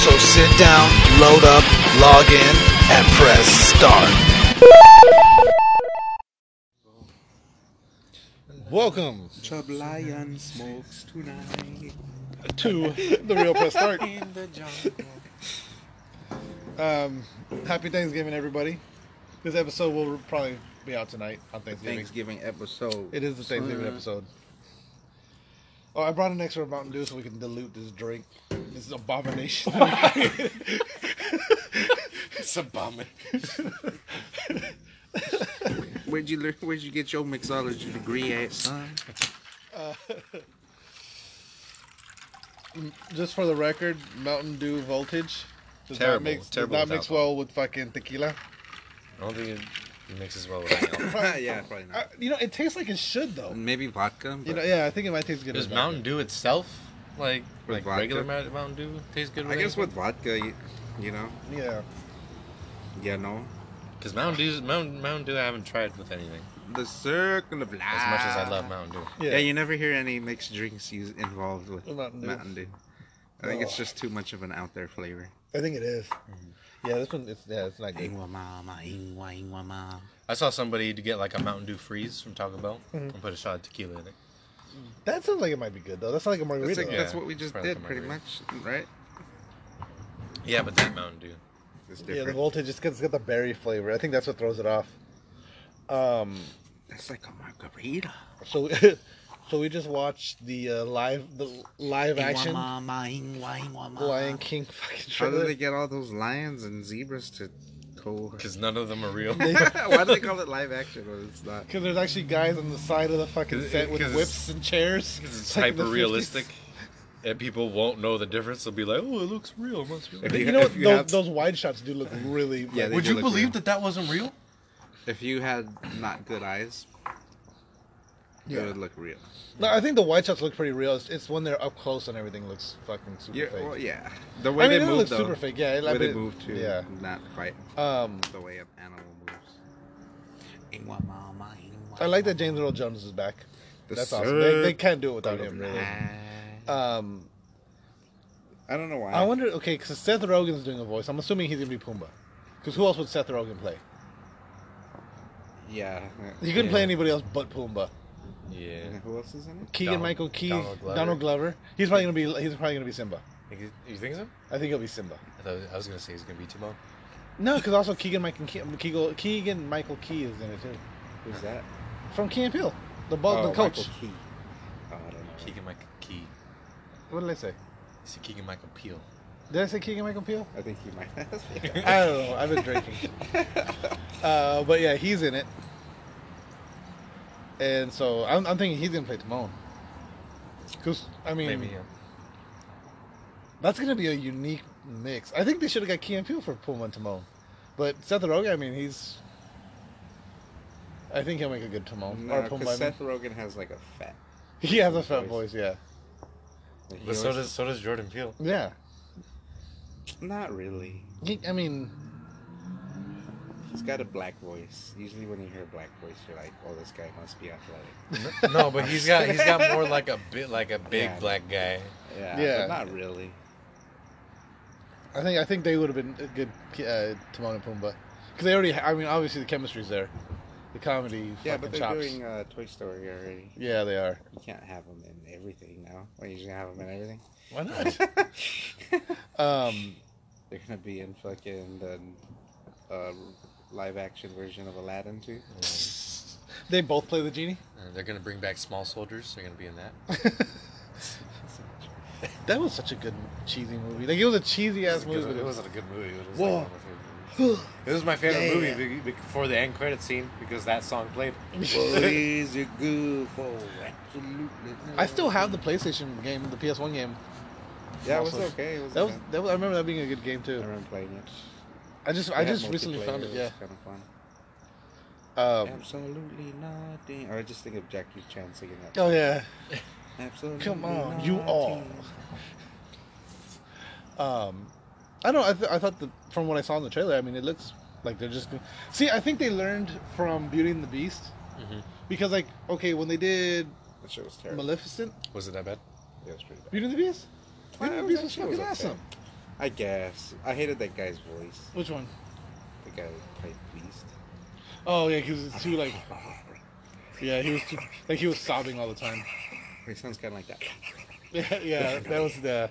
So sit down, load up, log in, and press start. Welcome Chub Lion smokes tonight to the Real Press Start. in the jungle. Um, happy Thanksgiving, everybody. This episode will probably be out tonight on Thanksgiving. Thanksgiving episode. It is the Thanksgiving episode. Oh, I brought an extra Mountain Dew so we can dilute this drink. This abomination. It's a bummer. Where'd you learn? Where'd you get your mixology degree at, son? Just for the record, Mountain Dew voltage does Terrible, not mix, terrible does with not mix well with fucking tequila. I don't think it mixes well with alcohol. yeah, probably Uh, not. you know, it tastes like it should though. Maybe vodka. You but know, yeah, I think it might taste good. Does with Mountain Dew itself, like With like vodka? regular Mou- Mountain Dew, taste good? With I guess with vodka, you, you know, Dew. Yeah. you know, because Mountain Dew, Mountain Mountain Dew, I haven't tried with anything. the circle of life. As much as I Ah. love Mountain Dew, Yeah. you never hear any mixed drinks use, involved with Mountain Mountain Dew. Dew. I think it's Oh. just too much of an out there flavor. I think it is. Yeah, this one, it's yeah, it's not good. Ingwa mama, ingwa ingwa mama. I saw somebody to get like a Mountain Dew freeze from Taco Bell Mm-hmm. and put a shot of tequila in it. That sounds like it might be good though. That's like a margarita. That's, like, Yeah, that's what we just probably did, like a pretty much, right? Yeah, but that Mountain Dew. It's yeah, the different. voltage. It's got, it's got the berry flavor. I think that's what throws it off. Um, That's like a margarita. so so we just watched the uh, live the live Ingwa action mama, ingwa ingwa mama. Lion King fucking How do trailer. they get all those lions and zebras to co? Because none of them are real. Why do they call it live action when it's not? Because there's actually guys on the side of the fucking 'Cause it- set with 'cause it's- whips and chairs. It's like in the hyper realistic, and people won't know the difference. They'll be like, "Oh, it looks real. It must be." real." 50s. But you you- know what? if you those, have- those wide shots do look really. Yeah, like- they Would do you look believe real. that that wasn't real? If you had not good eyes, it would look real. No, I think the wide shots look pretty real. It's, it's when they're up close and everything looks fucking super Yeah, fake. well, yeah. The I way mean, they it move, looks though, super fake. Yeah, I the way mean, they it- move to, Yeah. not quite Um, the way an animal moves. Ingwa mama, ingwa I like that mama. James Earl Jones is back. The That's awesome. They, they circle can't do it without of him, really. life. Um, I don't know why. I wonder. Okay, because Seth Rogen's doing a voice. I'm assuming he's gonna be Pumbaa. Because who else would Seth Rogen play? Yeah. He couldn't play Yeah. anybody else but Pumbaa. Yeah. And Who else is in it? Keegan Donald- Michael Key, Donald Donald Glover. Glover. He's probably gonna be. He's probably gonna be Simba. You you think so? I think he'll be Simba. I, thought, I was gonna say he's gonna be Timon. No, because also Keegan Michael Key, Keegan, Keegan Michael Key is in it too. Who's that? From Camp Hill, the bald, oh, the coach. Michael Key. Oh, I don't know. Keegan Michael Key. What did I say? It's Keegan Michael Peel. Did I say Keegan Michael Peel? I think he might have. I don't know. I've been drinking. uh, but yeah, he's in it. And so I'm, I'm thinking he's gonna play Timon. Cause I mean, Maybe. Yeah. that's gonna be a unique mix. I think they should have got Key and Peele for Puma and Timon, but Seth Rogen. I mean, he's. I think he'll make a good Timon or Pumbaa. No, I mean. because Seth Rogen has like a fat. He has a fat voice. voice. Yeah, Like, he But so always- does so does Jordan Peele. yeah. Not really. He, I mean, He's got a black voice. Usually, when you hear a black voice, you're like, "Oh, this guy must be athletic." No, but he's got he's got more like a bit like a big Yeah. black guy. Yeah, Yeah. but not really. I think I think they would have been a good uh, Timon and Pumbaa because they already. Ha- I mean, obviously the chemistry's there, the comedy. Yeah, fucking but they're chops. doing uh, Toy Story already. Yeah, they are. You can't have him in everything now. Well, you're just gonna have him in everything. Why Uh, not? um, They're gonna be in fucking the uh, live action version of Aladdin too. they both play the genie. Uh, they're gonna bring back small soldiers. They're gonna be in that. That was such a good cheesy movie. Like it was a cheesy ass movie. but it it wasn't a good movie. It was, Whoa. Like one of my favorite movies. it was my favorite Yeah, movie yeah, be- be- before the end credit scene because that song played. Boys are good for absolutely. I still have the PlayStation game, the PS1 game. Yeah, it was Also- okay. It was. That was, okay. that was I remember that being a good game I too. remember playing it. I just I just recently found it. Yeah. kind of fun. Um, Absolutely nothing. Or I just think of Jackie Chan singing that. oh yeah. Absolutely. Come on, you nothing. all. Um, I don't. know, I, th- I thought the from what I saw in the trailer. I mean, it looks like they're just. Gonna... See, I think they learned from Beauty and the Beast, Mm-hmm. because like okay, when they did That shit was terrible. Maleficent, Was it that bad? It was pretty bad. Beauty and the Beast, Yeah, Beauty and the Beast it was was actually- fucking it was okay. awesome. I guess I hated that guy's voice. Which one? The guy who played Beast. Oh yeah, because it's too like. Yeah, he was too, like he was sobbing all the time. He sounds kind of like that. Yeah, yeah, that was the.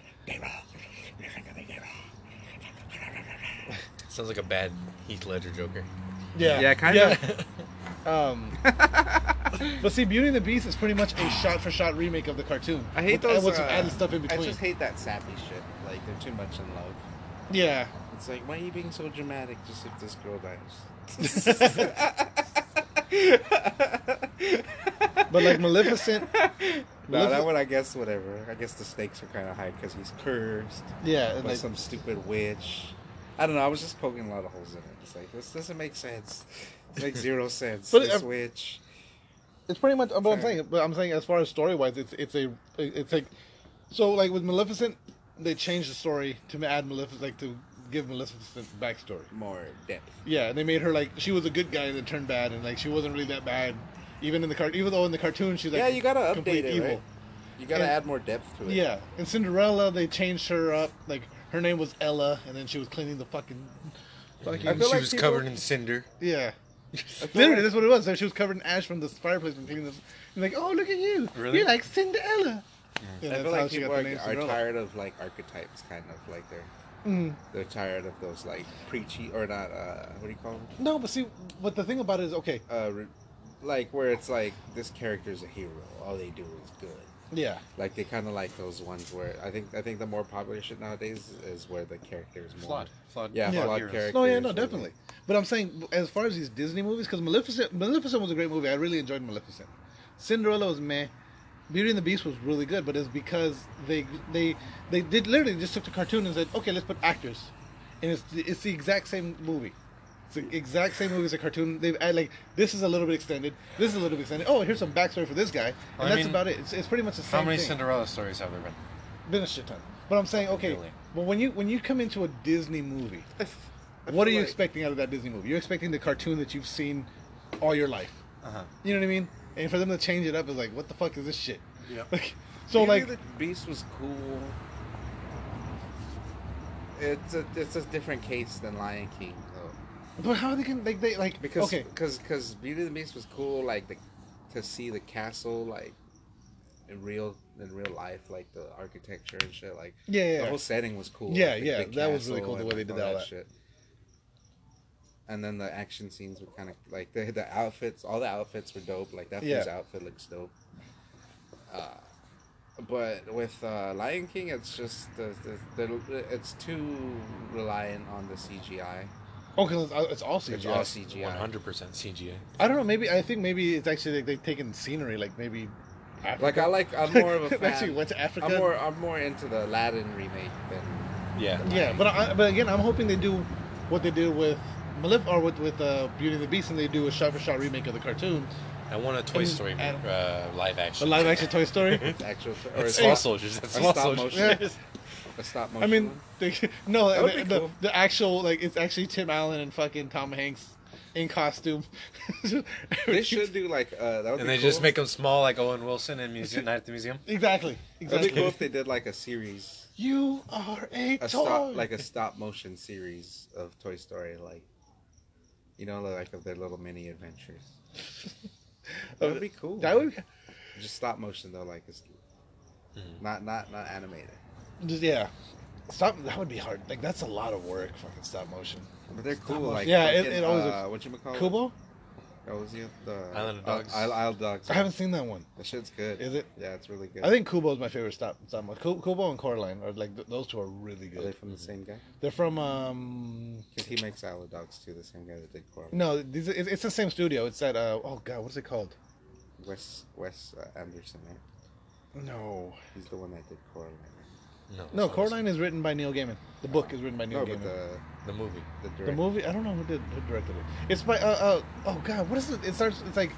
Sounds like a bad Heath Ledger Joker. Yeah, Yeah, kinda. yeah. Um, but see, Beauty and the Beast is pretty much a shot-for-shot remake of the cartoon. I hate with, those. With uh, some added stuff in I between. just hate that sappy shit. Like they're too much in love. Yeah. It's like, why are you being so dramatic just if this girl dies? But like Maleficent, No, Malefic- that one I guess whatever. I guess the stakes are kind of high because he's cursed yeah, and by like, some stupid witch. I don't know. I was just poking a lot of holes in it. It's like this doesn't make sense. It makes zero sense. But, this uh, witch. it's pretty much. But I'm saying, but I'm saying as far as story wise, it's it's a it's like, so like with Maleficent, they changed the story to add Maleficent, like to give Maleficent backstory. More depth. Yeah, and they made her like she was a good guy and then turned bad, and like she wasn't really that bad, even in the cart. Even though in the cartoon she's like yeah, you gotta update complete it. evil. Right? You gotta And- add more depth to it. Yeah, in Cinderella they changed her up. Like her name was Ella, and then she was cleaning the fucking, fucking. I And feel she like was people- covered in cinder. Yeah. I feel Literally, like- that's what it was. Like, she was covered in ash from the fireplace and cleaning the. And like, oh, look at you. Really? You're like Cinderella. Yeah, I that's feel how like she got people the are, name are Cinderella. tired of like archetypes, kind of like they're Mm. they're tired of those like preachy or not. Uh, what do you call them? No, but see, what the thing about it is, okay, Uh, re- like where it's like this character's a hero. All they do is good. yeah. Like they kind of like those ones where I think I think the more popular shit nowadays is where the character is more Flawed. Flawed. Yeah, Yeah. flawed heroes. characters. No, yeah, no, or- definitely. But I'm saying, as far as these Disney movies, because Maleficent, Maleficent was a great movie. I really enjoyed Maleficent. Cinderella was meh. Beauty and the Beast was really good, but it's because they they they did literally just took the cartoon and said, okay, let's put actors, and it's the- it's the exact same movie. It's the exact same movie as a cartoon. They've added, like this is a little bit extended. This is a little bit extended. Oh, here's some backstory for this guy, and I that's mean, about it. It's, it's pretty much the same. How many thing Cinderella stories have there been? been a shit ton. But I'm saying, okay, Really? but when you when you come into a Disney movie, I what are feel you like- expecting out of that Disney movie? You're expecting the cartoon that you've seen all your life. Uh-huh. You know what I mean? And for them to change it up is like, what the fuck is this shit? Yeah. Like, so Beauty like, and the Beast was cool. It's a it's a different case than Lion King though, but how are they gonna like they like because okay, because because Beauty and the Beast was cool like the, to see the castle like in real in real life like the architecture and shit like yeah, yeah, the yeah. whole setting was cool. Yeah, like, the yeah, big that was really castle cool, the and, way they like, did all all that that. shit. And then the action scenes were kind of like the the outfits. All the outfits were dope. Like that Yeah. fool's outfit looks dope. Uh, but with uh, Lion King, it's just the, the, the it's too reliant on the CGI. oh, because it's, it's all It's CGI. all CGI. One hundred percent CGI. I don't know. Maybe I think maybe it's actually like they've taken scenery, like maybe. Africa. Like I like. I'm more of a fan. actually went to Africa. I'm more. I'm more into the Aladdin remake than. Yeah. Yeah, but I, but again, I'm hoping they do what they did with Malif or with with uh, Beauty and the Beast, and they do a shot-for-shot remake of the cartoon, I want a Toy And- Story and- uh, live a action. live-action Toy Story. the Actual or It's is Small it Soldiers. It's or Small stop Soldiers. motion. a stop motion. I mean, one? they, no, That would the, be the, cool. the actual like it's actually Tim Allen and fucking Tom Hanks in costume. They should do like uh, that would And be they cool. just make them small like Owen Wilson in Museum Night at the Museum. exactly, That'd be cool exactly. if they did like a series, You are a, a toy. stop like a stop motion series of Toy Story, like you know, like of their little mini adventures. That would be cool. that would just stop motion though, like it's Mm-hmm. not not not animated. just yeah. Stop. That would be hard. Like that's a lot of work. Fucking stop motion. But they're cool. motion. Like Yeah, it- fucking, it always uh, what you call Kubo. That was the, the Island of uh, Dogs. Isle, Isle of Dogs. I haven't seen that one. That shit's good. Is it? Yeah, it's really good. I think Kubo's my favorite stop. stop motion. Ku- Kubo and Coraline are like th- those two are really are they good. from the same guy? They're from um. Because he makes Isle of Dogs too. The same guy that did Coral. No, these, it- it's the same studio. It's that uh, oh god, what's it called? Wes Wes uh, Anderson, right? No, He's the one that did Coraline. No, No, it's not Coraline is written by Neil Gaiman. The book is written by Oh, Neil No, Gaiman. but the the movie. the, The direct, movie, I don't know who did who directed it. It's by uh, uh oh god, what is it? It starts. It's like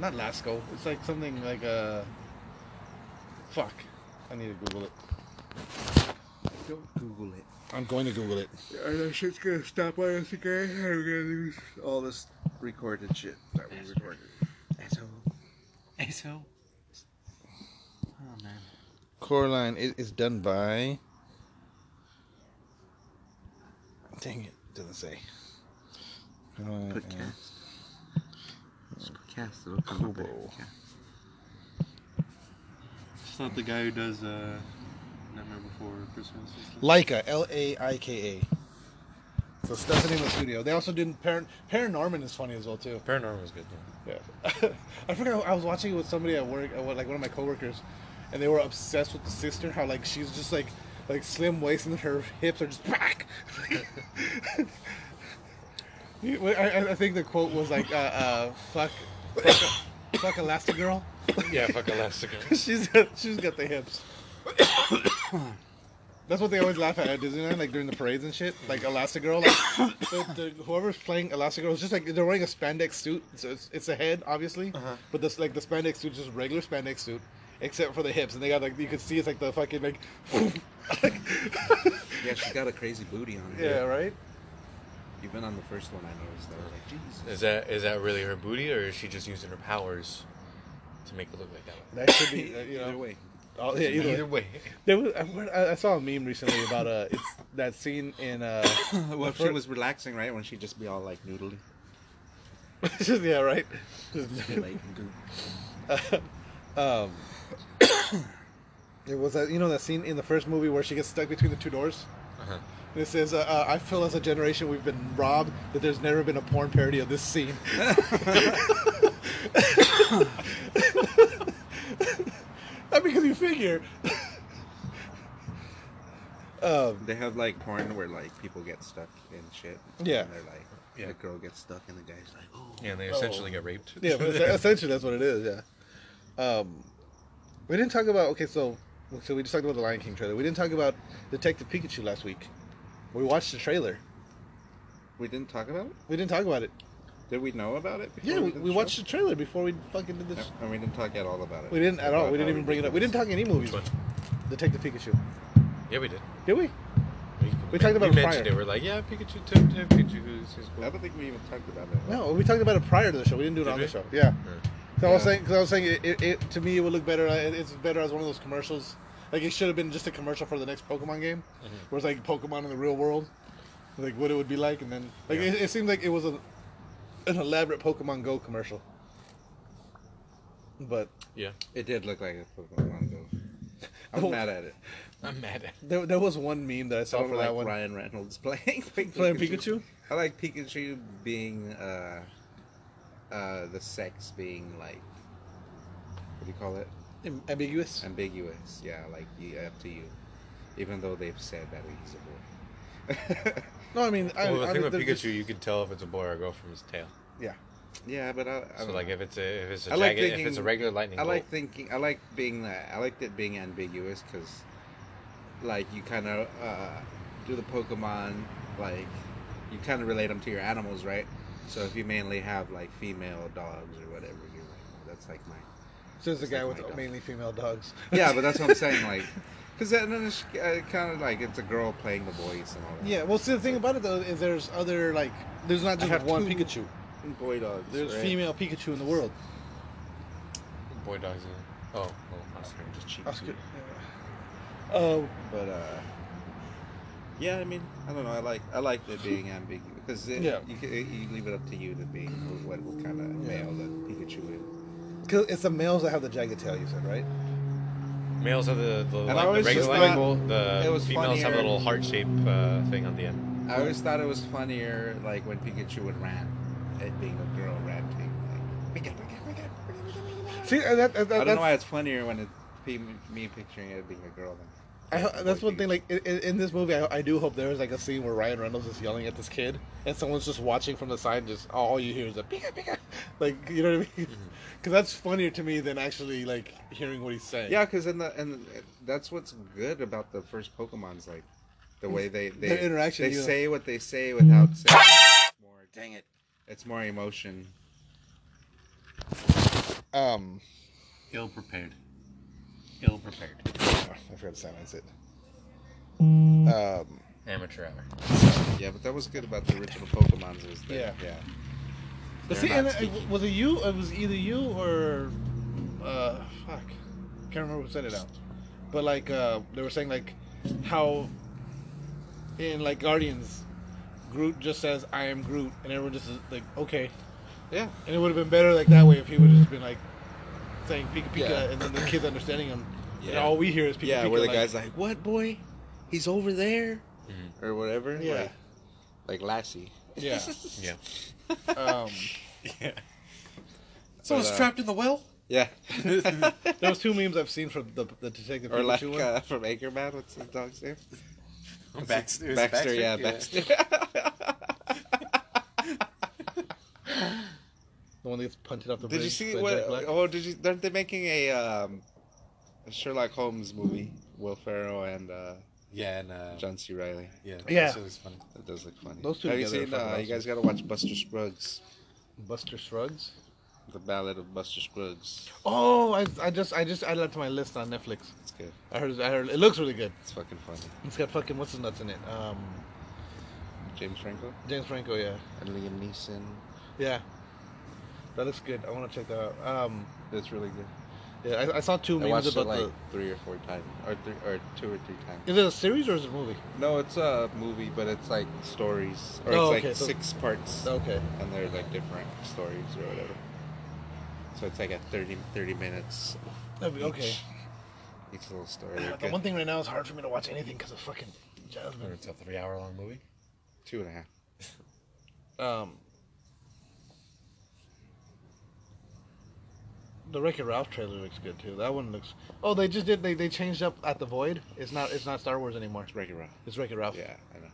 not Lasco. It's like something like uh. Fuck, I need to Google it. Don't Google it. I'm going to Google it. And that shit's gonna stop on us again. and We're gonna lose all this recorded shit that we recorded. Asshole. Asshole. Oh man. Coraline is, is done by. Dang it! Doesn't say. Coraline Put and- cast. Just put cast. It'll come up. Kubo. Yeah. It's not the guy who does uh, Nightmare Before Christmas. is it? Laika, L A I K A. So that's the name of the studio. They also did Paran- Paranorman is funny as well too. Paranormal was good. though. Yeah. I forgot. I was watching it with somebody at work, uh, what- like one of my coworkers, and they were obsessed with the sister. How like she's just like, like slim waist and her hips are just back. I, I- I think the quote was like, uh, uh, "Fuck, fuck, fuck Elastigirl." Yeah, fuck Elastigirl. she's got, she's got the hips. That's what they always laugh at at Disneyland, like during the parades and shit. Like Elastigirl, like the, the, whoever's playing Elastigirl is just like they're wearing a spandex suit. So it's, it's a head, obviously, but this like the spandex suit, is just regular spandex suit, except for the hips, and they got like you could see it's like the fucking like, yeah, she's got a crazy booty on her. yeah, right. Even on the first one, I noticed that. I was like, Jesus. Is that is that really her booty, or is she just using her powers to make it look like that? That should be uh, you know. Either way, all- yeah, either way. Either way, There was, I, heard- I- I saw a meme recently about uh, it's that scene in uh, well, if fir- she was relaxing, right? When she'd just be all like noodling, yeah, right. like, Um, it was that you know that scene in the first movie where she gets stuck between the two doors. Uh-huh. And it says, uh, uh, "I feel as a generation we've been robbed that there's never been a porn parody of this scene." I mean, because you figure. um, they have like porn where like people get stuck and shit. Yeah. and they're like, Yeah. the girl gets stuck and the guy's like, oh, yeah, and they essentially get raped. yeah, but es- essentially that's what it is. Yeah. Um, we didn't talk about okay, so so we just talked about the Lion King trailer. We didn't talk about Detective Pikachu last week. We watched the trailer. we didn't talk about it. We didn't talk about it. Did we know about it? before Yeah, we, did we the watched show? the trailer before we fucking did this. Yep, and we didn't talk at all about it. We didn't at all. We didn't even bring it up. We didn't talk any movies. Which one? Detective Pikachu. Yeah, we did. Did we? We, talked about we mentioned prior. it. We're like, yeah, Pikachu, Tim, Tim, Pikachu, who's, who's I cool. don't think we even talked about it. No, we talked about it prior to the show. We didn't do it Did on we? the show. Yeah. So I was Yeah. saying, because I was saying, it, it, it to me it would look better. uh, It, it's better as one of those commercials. Like it should have been just a commercial for the next Pokemon game, where it's like Pokemon in the real world, like what it would be like, and then like Yeah. it, it seemed like it was a, an elaborate Pokemon Go commercial. But Yeah, It did look like a Pokemon Go. I'm Oh. mad at it. I'm mad at. there, there was one meme that I I saw don't for like that one. Ryan Reynolds playing Playing Pikachu? I like Pikachu being uh, uh, the sex being like what do you call it? Am- Ambiguous. Ambiguous. Yeah, like you, up to you. Even though they've said that he's a boy. No, I mean, I, Well, the I mean, thing with Pikachu, there's just- you can tell if it's a boy or a girl from his tail. yeah, yeah, but I, I So don't like, know. if it's a if it's a I jagged, like if it's a thinking- regular lightning, I like bolt, thinking. I like being that. I liked it being ambiguous because, like, you kind of uh, do the Pokemon. Like, you kind of relate them to your animals, right? So if you mainly have like female dogs or whatever, you're like, "Oh, that's like mine. so there's a It's guy like with my dog. mainly female dogs. Yeah, but that's what I'm saying. Like, because then it's uh, kind of like it's a girl playing the voice and all that. Yeah, well, see, the thing about it though is there's other like there's not just have one two Pikachu. boy dogs. There's right? female Pikachu in the world. boy dogs. and- Oh, oh, Oscar. Just cheap. Oscar. Oh, But uh, yeah, I mean, I don't know. I like I like it being ambiguous because Yeah. you, ca- you leave it up to you to be what, what kind of male that Pikachu is. because it's the males that have the jagged tail. You said right? Males have the the, I li- the always regular just lightning thought bolt. it The was females have funnier- a little heart shape uh, thing on the end. I always thought it was funnier like when Pikachu would rant, it being a girl ranting. Like, "Wake up, wake up, wake up, wake up, wake up, wake up." See, and that, that, I don't Uh, that's, know why it's funnier when it's pe- me picturing it being a girl. Then. I, ho- that's one thing. Like in, in in this movie, I, I do hope there is like a scene where Ryan Reynolds is yelling at this kid, and someone's just watching from the side. Just all you hear is a pika pika, like you know what I mean? Because that's funnier to me than actually like hearing what he's saying. Mm-hmm. Yeah, because in the and that's what's good about the first Pokemon's like the way they they Their interaction, They yeah. say what they say without saying more. Dang it! It's more emotion. Um, Ill prepared. Ill prepared. I forgot to silence it. Um, Amateur hour. Yeah, but that was good about the original Pokemon's was that, Yeah. yeah. but They're see, and not I- was it you? It was either you or uh, fuck, can't remember who said it out. But like uh, they were saying like how in like Guardians, Groot just says I am Groot, and everyone just is like okay. Yeah. And it would have been better like that way if he would have just been like saying Pika Pika, Yeah. and then the kids understanding him. And Yeah. all we hear is Pika Yeah, Pika. where the like, guy's like, "What, boy? He's over there," or whatever. Yeah. like, like Lassie. yeah. Yeah. Um, Yeah. Someone's trapped in the well? uh, Yeah, there was two memes I've seen from the the Detective or Pikachu like one. uh, from Anchorman. What's his dog's name? Baxter, is it Baxter. Yeah, Baxter. the one that gets punted off the Did you bridge see by what? Jack Black. Oh, did you? Aren't they making a, um, a Sherlock Holmes movie? Will Ferrell and uh, Yeah, and uh, John C. Riley. yeah, that Yeah. shit looks funny. That does look funny. Those two Have you together seen? are Uh, fucking you guys got to watch Buster Scruggs, Buster Shrugs. The Ballad of Buster Scruggs. Oh, I, I just I just added that to my list on Netflix. It's good. I heard I heard it looks really good. It's fucking funny. It's got fucking what's his nuts in it. Um, James Franco James Franco, yeah, and Liam Neeson. yeah. That looks good. I want to check that out. Um, It's really good. yeah, I, I saw two I memes watched it about like three or four times, or three, or two or three times. the. Is it a series or is it a movie? No, it's a movie, but it's like stories, or Oh, it's okay, like so- Oh, six parts, Okay. and they're like different stories or whatever. So it's like a 30, 30 minutes That'd be- Okay. each little story. They're The good. one thing right now is hard for me to watch anything because of fucking Jasmine. It's a three hour long movie. Two and a half. Um, the Wreck It Ralph trailer looks good too. That one looks. Oh, they just did. They, they changed up at the Void. It's not. It's not Star Wars anymore. It's regular. It's Wreck It Ralph. Yeah, I know.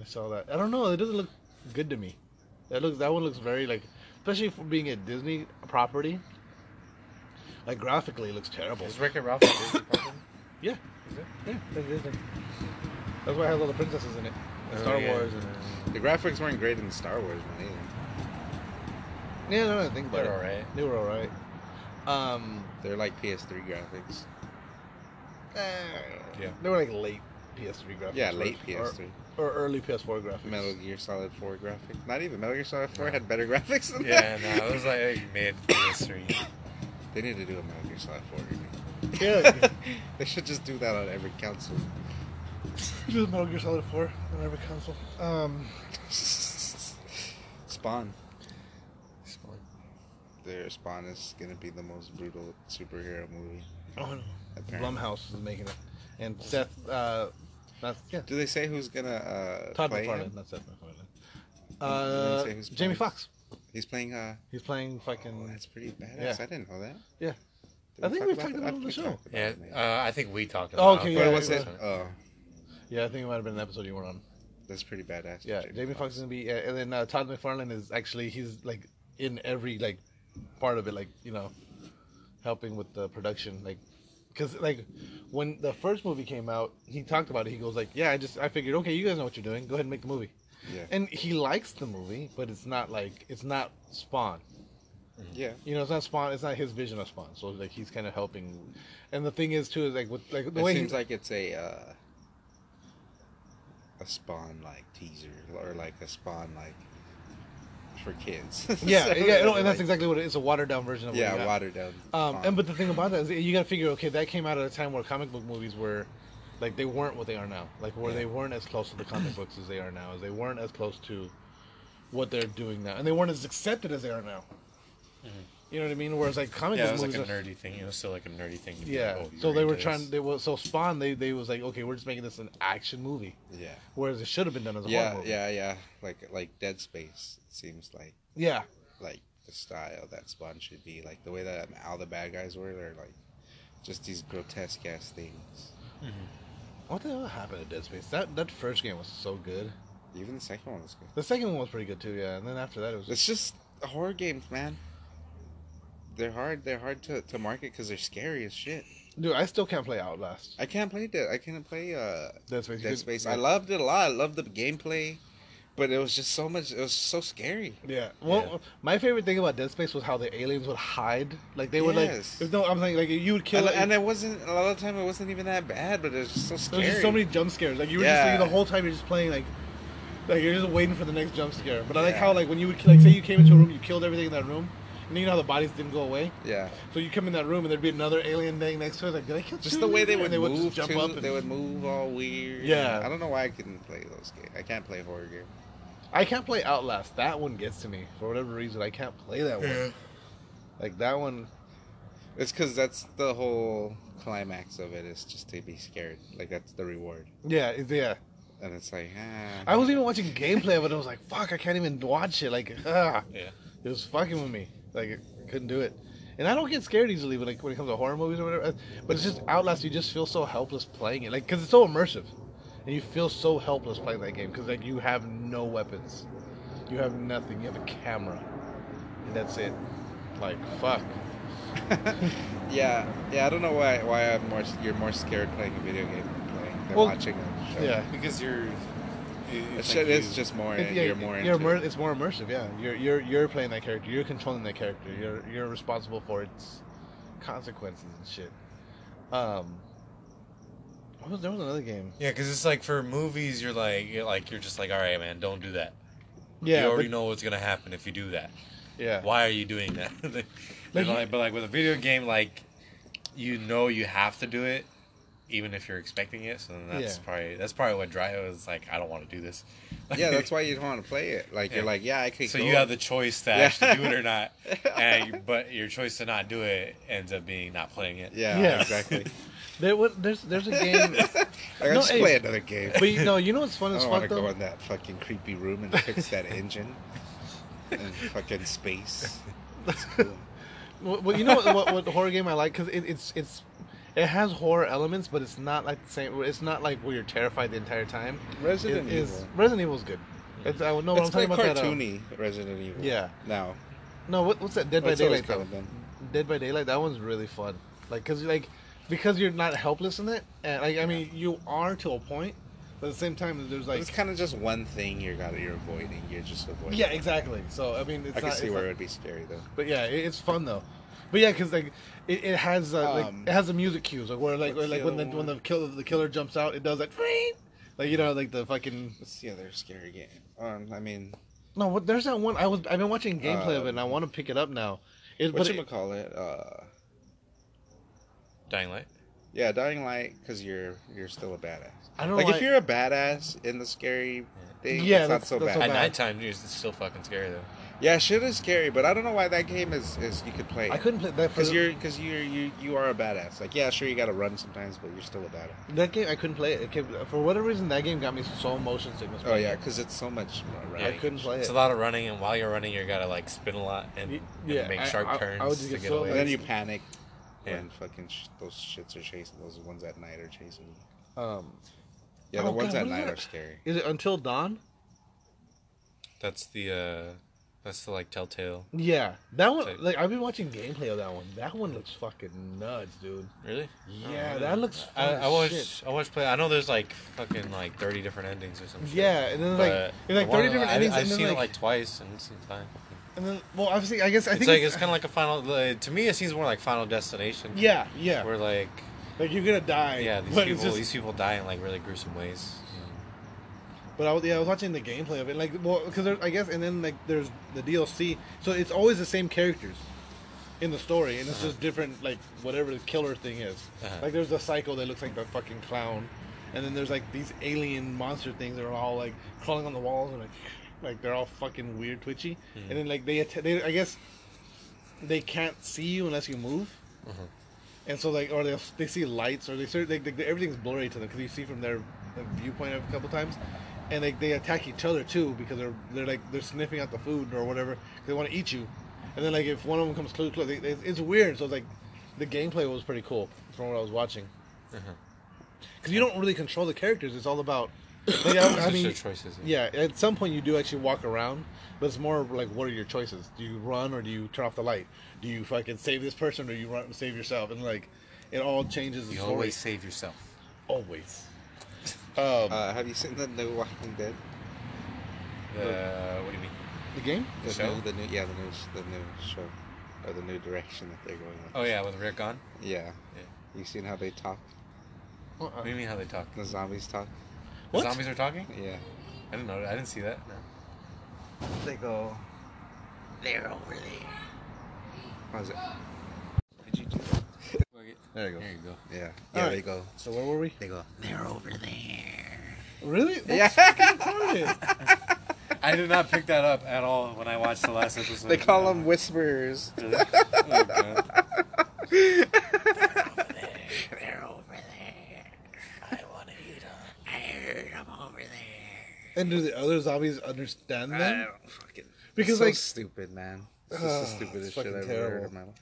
I saw that. I don't know. It doesn't look good to me. That looks. That one looks very like, especially for being a Disney property. Like graphically, it looks terrible. Is Wreck-It Ralph a Disney property? Yeah. Is it? Yeah. It's Disney. That's why it has all the princesses in it. And Oh, Star yeah. Wars and. The graphics weren't great in the Star Wars one either. Yeah, no, no. Think about They're it. alright. They were all right. Um. They're like PS3 graphics. Yeah. Yeah. They were like late PS3 graphics. Yeah, or- late or- PS3. Or, early PS4 graphics. Metal Gear Solid 4 graphics. Not even Metal Gear Solid 4 had better graphics than Yeah, that. no, it was like mid PS3. They need to do a Metal Gear Solid 4 remake. Yeah. They should just do that on every console. Just Metal Gear Solid 4 on every console. Um, Spawn. Their Spawn is gonna be the most brutal superhero movie. oh, no. Apparently. Blumhouse is making it. And Seth, uh, that's, yeah. Do they say who's gonna uh, Todd play McFarlane, him? not Seth MacFarlane. didn't Uh, say who's Jamie playing. Foxx. He's playing. Uh, He's playing oh, fucking. that's pretty badass. Yeah. I didn't know that. Yeah. Did I think talk we've about talked that? about it on I the think we show. talked about Yeah, it, maybe. uh, I think we talked Oh, about okay, it. yeah, Where was yeah. it? Oh, Yeah, I think it might have been an episode you were on. that's pretty badass. Yeah, Jamie Foxx is gonna be, uh, and then uh, Todd McFarlane is actually he's like in every like part of it, like you know, helping with the production, like because like when the first movie came out, he talked about it. He goes like, "Yeah, I just I figured, okay, you guys know what you're doing. Go ahead and make the movie." Yeah. And he likes the movie, but it's not like it's not Spawn. Yeah. You know, it's not Spawn. It's not his vision of Spawn. So like he's kind of helping. And the thing is too is like with like the It way seems he, like it's a uh, a Spawn like teaser or like a Spawn like for kids. yeah So, yeah no, and that's like, exactly what it is. A watered down version of what we yeah got. watered down. Um, Spawn. and but the thing about that is you got to figure, okay, that came out at a time where comic book movies were, like they weren't what they are now, like where they weren't as close to the comic books as they are now, as they weren't as close to what they're doing now, and they weren't as accepted as they are now. You know what I mean? Whereas like comic Mm-hmm. Yeah, it book was like movies, a are- nerdy thing. It was still like a nerdy thing. To be yeah. like, oh, so you're they were into trying. this. They were so Spawn. They they was like, okay, we're just making this an action movie, yeah. whereas it should have been done as a yeah, horror movie. yeah, yeah. Like like Dead Space it seems like yeah. like the style that Spawn should be. Like the way that all the bad guys were, they're like just these grotesque ass things. What the hell happened to Dead Space? That that first game was so good. Even the second one was good. The second one was pretty good too, yeah. And then after that, it was It's just horror games, man. They're hard. They're hard to, to market because they're scary as shit. dude. I still can't play Outlast. I can't play that. I can't play uh, Dead Space. Dead Space. I loved it a lot. I loved the gameplay, but it was just so much. It was so scary. Yeah. Well, my favorite thing about Dead Space was how the aliens would hide. Like they would like. Yes. If no, I'm saying like you would kill And, it. and it wasn't a lot of time. It wasn't even that bad, but it was just so There's scary. just so many jump scares. Like you were Yeah. just like, the whole time you're just playing like, like you're just waiting for the next jump scare. But I like Yeah. how like when you would like say you came into a room, you killed everything in that room, and then you know how the bodies didn't go away. Yeah, So you come in that room and there'd be another alien thing next to it. Like did I kill just two the way of they these?" would, And move. just too, They would move all weird. Yeah. I don't know why I couldn't play those games. I can't play horror games. I can't play Outlast. That one gets to me for whatever reason. I can't play that one. Like that one. It's because that's the whole climax of it is just to be scared. Like that's the reward, Yeah, it's, yeah. and it's like ah. I was even watching gameplay of it. and I was like, "Fuck, I can't even watch it." Like, ah, Yeah. it was fucking with me. Like, I couldn't do it. And I don't get scared easily, but like when it comes to horror movies or whatever. uh, But it's just Outlast. You just feel so helpless playing it, like because it's so immersive, and you feel so helpless playing that game because like you have no weapons, you have nothing, you have a camera, and that's it. Like, fuck. yeah, yeah. I don't know why why I'm more you're more scared playing a video game than playing than Well, watching a show. Yeah. Because you're. It, It it's shit like is you- just more. It- yeah, you're more into. you're it. immer- it's more immersive. Yeah, you're you're you're playing that character. You're controlling that character. You're you're responsible for its consequences and shit. Um, what was there was another game. Yeah, because it's like for movies, you're like, you're like, you're just like, all right, man, don't do that. Yeah, you already but- know what's gonna happen if you do that. yeah, Why are you doing that? They're Like, like- but like with a video game, like you know you have to do it, even if you're expecting it. So then that's Yeah. probably that's probably what Drive was like. I don't want to do this. yeah, that's why you don't want to play it. Like you're Yeah. like, yeah, I could. So go. you have the choice to Yeah. actually do it or not, and you- but your choice to not do it ends up being not playing it. Yeah, Yeah. exactly. there was there's there's a game. Like, I'll No, just hey, play another game. but you know, you know what's fun I as don't want fuck to go though. in that fucking creepy room and fix that engine. And fucking space. Oh, Well, well, you know what, what, what horror game I like because it, it's it's it has horror elements, but it's not like the same. It's not like where you're terrified the entire time. Resident It is- Evil. Resident Evil's good. It's, I know what It's I'm quite talking about. That, uh, cartoony, Resident Evil. Yeah. Now, No, what, what's that? Dead by It's always Daylight. Though. kind of been. Dead by Daylight. That one's really fun. Like, cause like, because you're not helpless in it. And like, I mean, you are to a point, but at the same time, there's like, it's kind of just one thing you're got you're avoiding. You're just avoiding. yeah, exactly. So I mean, it's I can not. see it's where not- it would be scary though. but yeah, it, it's fun though. But yeah, cause like, it, it has uh, like Um, it has the music cues like where like where, what's like the when the other when one? the killer the killer jumps out, it does like, like you know like the fucking What's the other scary game? Um, I mean, no. What there's that one I was I've been watching gameplay of it and I Um, want to pick it up now. It, what but you it- call it? Uh, Dying Light. yeah, Dying Light, because you're you're still a badass. I don't like know if why- you're a badass in the scary thing, Yeah, it's not that's- so that's bad. what At bad. nighttime, it's still fucking scary though. Yeah, shit is scary, but I don't know why that game is, is you could play. I couldn't play that for because the- you're because you you you are a badass. Like yeah, sure you got to run sometimes, but you're still a badass. That game I couldn't play it. it kept, for whatever reason, that game got me so motion sickness. Oh yeah, because it's so much more. Right? I couldn't play it. It's a lot of running, and while you're running, you gotta like spin a lot and, Y- and yeah, make I- sharp I- I turns would just to get get so away. And then you panic Yeah. when fucking sh- those shits are chasing those ones at night are chasing you. Um, Oh, Yeah, the God, ones what at is night that? are scary. is it Until Dawn? That's the uh that's the like telltale. Yeah, that one. It's Like I've been watching gameplay of that one. That one looks fucking nuts, dude. Oh, Really? Yeah, that looks. Fun I, as I watched shit. I watched play I know there's like fucking like thirty different endings or something. Yeah, and then But like it's like thirty the one- different I, endings, I've and seen then like, it like twice and it seems fine. and then well, obviously, I guess I It's think like it's kind of like a final. Uh, to me, it seems more like Final Destination. yeah, yeah. Where like Like you're gonna die. yeah, these but it's people just- these people die in like really gruesome ways. But I was, yeah, I was watching the gameplay of it, like, well, because I guess, and then like there's the DLC, so it's always the same characters in the story, and it's just different, like whatever the killer thing is. Uh-huh. Like there's a psycho that looks like the fucking clown, and then there's like these alien monster things that are all like crawling on the walls and like, like they're all fucking weird, twitchy, and then like they, att- they, I guess, they can't see you unless you move. Mm-hmm. And so, like, or they they see lights, or they start like they, everything's blurry to them because you see from their uh, viewpoint a couple times, and like they attack each other too because they're they're like they're sniffing out the food or whatever 'cause they want to eat you, and then like if one of them comes close, close Mm-hmm. they, they- it's weird. So it's like the gameplay was pretty cool from what I was watching. because you don't really control the characters. It's all about. Like, I, I It's just mean, your choices. yeah. At some point, you do actually walk around, but it's more like, what are your choices? Do you run or do you turn off the light? Do you fucking save this person or you run and save yourself? And like, it all changes the You story. always save yourself. always. Um, Uh, have you seen the new Walking Dead? Uh, what do you mean? the game. The Show? New, the new, yeah, the new, s- the new show, or the new direction that they're going with. Oh yeah, with Rick on. Yeah. Yeah. You seen how they talk? What do you mean how they talk? The zombies talk? The What? zombies are talking? Yeah. I didn't know. I didn't see that. They go. They're over there. How's it? Did you do that? There you go. There you go. Yeah. Yeah. Alright. They go. So where were we? They go. They're over there. Really? Yeah. That's fucking retarded. I did not pick that up at all when I watched the last episode. They call them whispers. Really? Oh, God. They're over there. I want to eat them. I heard them over there. and do the other zombies understand I them? don't fucking. Because, so like- stupid, man. This is the Ugh, stupidest it's shit fucking I've ever heard terrible. in my life.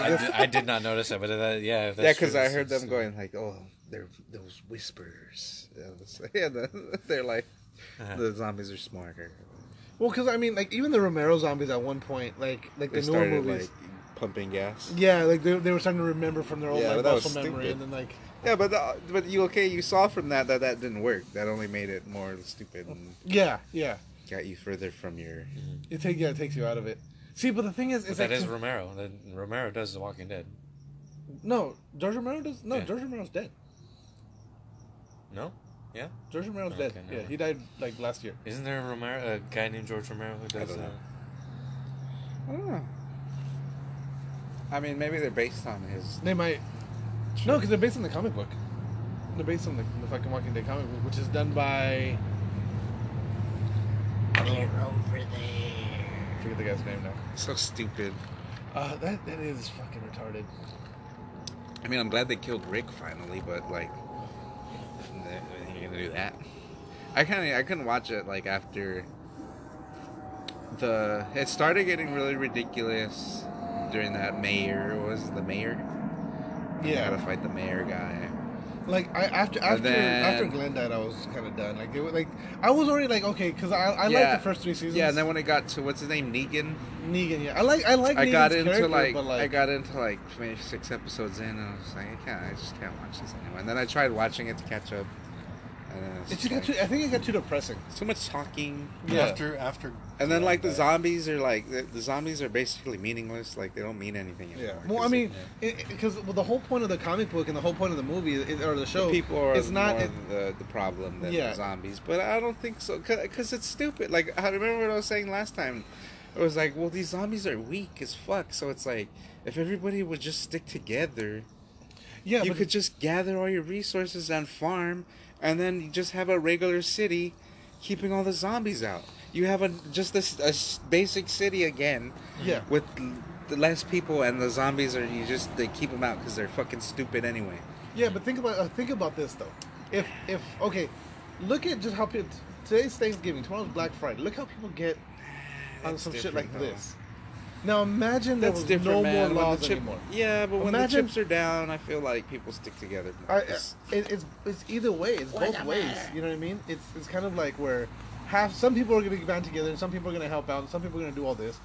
I, did, I did not notice that, but that, yeah. if That's Yeah, because true, I that's- heard them that's- going like, "Oh, they're those whispers." Yeah, that's- yeah, the- they're like, Uh-huh. "The zombies are smarter." Well, because I mean, like even the Romero zombies at one point, like like They the newer started movies, like pumping gas. yeah, like they, they were starting to remember from their own Yeah, like but that was muscle memory, stupid. and then like Yeah, but the, but you okay? You saw from that that that didn't work. That only made it more stupid and yeah, yeah, got you further from your. Mm-hmm. it takes yeah it takes you out of it. See, but the thing is, But is that like is Romero. That Romero does The Walking Dead. no George Romero does no Yeah. George Romero's dead. No, yeah. George Romero's Okay, dead. never Yeah, mind. he died like last year. Isn't there a Romero, a guy named George Romero who does? don't uh, know. I don't know. I mean, maybe they're based on his. They might no, because they're based on the comic book. They're based on the, the fucking Walking Dead comic book, which is done by They're over there. I forget the guy's name now. So stupid. Uh, that that is fucking retarded. I mean, I'm glad they killed Rick finally, but like, th- you're gonna do that. I kind of I couldn't watch it like after the it started getting really ridiculous during that mayor what was it, the mayor Yeah. gotta fight the mayor guy Like I after after then- after Glenn died, I was kind of done. Like it was like I was already like okay, because I I Yeah. like the first three seasons. yeah and then when it got to what's his name Negan Negan. Yeah, I like I like. I got Negan's into character, like, but, like I got into like maybe six episodes in, and I was like, I can't, I just can't watch this anymore. And then I tried watching it to catch up. And then it's It just got like, too. I think it got too depressing. so much talking, Yeah. After after. and then like the Yeah. zombies are like the, the zombies are basically meaningless. Like they don't mean anything anymore. Yeah. Well, I 'cause mean, because well, the whole point of the comic book and the whole point of the movie is, or the the show, people are It's not. more it- the, the problem than Yeah. the zombies. But I don't think so because it's stupid. Like I remember what I was saying last time. It was like, well, these zombies are weak as fuck. So it's like, if everybody would just stick together, yeah. you but could just gather all your resources and farm, and then you just have a regular city, keeping all the zombies out. You have a just this a s- basic city again, Yeah. with l- the less people and the zombies are you just they keep them out because they're fucking stupid anyway. Yeah, but think about uh, think about this though. If if okay, look at just how people today's Thanksgiving, tomorrow's Black Friday. Look how people get on That's some shit different, like though. this. Now imagine there That's was different, no man. more When the laws chip- anymore. Yeah, but when Imagine- the chips are down, I feel like people stick together. more. I, It's- it, it's it's either way. It's both ways. You know what I mean? It's it's kind of like where half some people are going to band together, and some people are going to help out, and some people are going to do all this.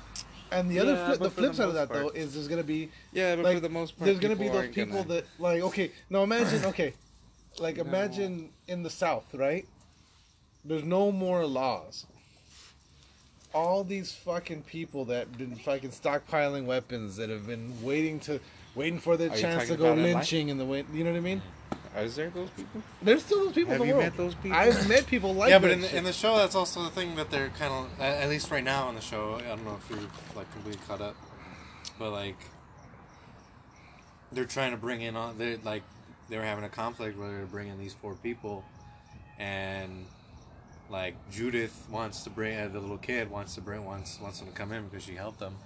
And the other Yeah, flip, but the for flip the side of most that though part- is there's going to be yeah, but like for the most part, there's going to be people those aren't people gonna- that like okay now imagine okay like imagine in the South right there's no more laws. All these fucking people that have been fucking stockpiling weapons that have been waiting to waiting for their Are you chance to talking go about in life? lynching in the way you know what I mean. Is there those people? There's still those people. Have in the you world. met those people? I've met people like yeah, yeah, but that. in the, in the show, that's also the thing that they're kind of at at least right now in the show. I don't know if you're like completely caught up, but like they're trying to bring in on they are like they were having a conflict where they're bringing these four people, and like Judith wants to bring uh, the little kid wants to bring wants wants them to come in because she helped them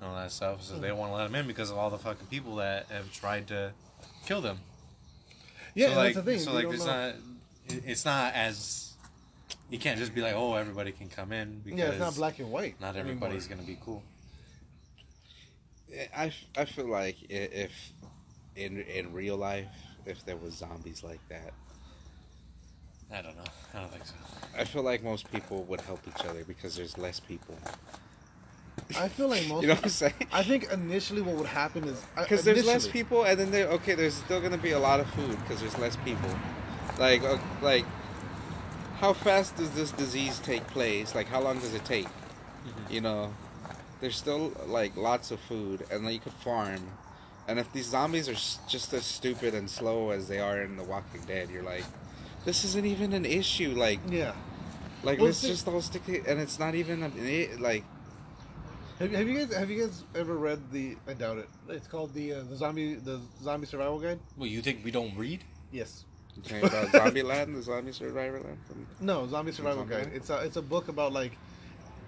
and all that stuff. So Mm. they want to let him in because of all the fucking people that have tried to kill them. yeah, so and like, that's the thing. So you like, don't it's know. not. it- It's not as. You can't just be like, oh, everybody can come in because Yeah, it's not black and white. Not anymore. everybody's gonna be cool. I, I feel like i- if in in real life, if there was zombies like that. I don't know. I don't think so. I feel like most people would help each other because there's less people. I feel like most. You know what I'm saying? I think initially what would happen is uh, Because there's less initially- people, and then there okay, there's still gonna be a lot of food because there's less people. Like uh, like, how fast does this disease take place? Like how long does it take? Mm-hmm. You know, there's still like lots of food, and like, you could farm. And if these zombies are s- just as stupid and slow as they are in The Walking Dead, you're like, this isn't even an issue. Like Yeah. like Well, let's see- just all stick it, and it's not even an, i- like Have, have you guys have you guys ever read the? I doubt it. It's called the uh, the zombie the zombie survival guide. Well, you think we don't read? Yes. you talking about Zombie Land, the Zombie Survivor Land. No, zombie survival Zombie guide. Guide? It's a it's a book about like,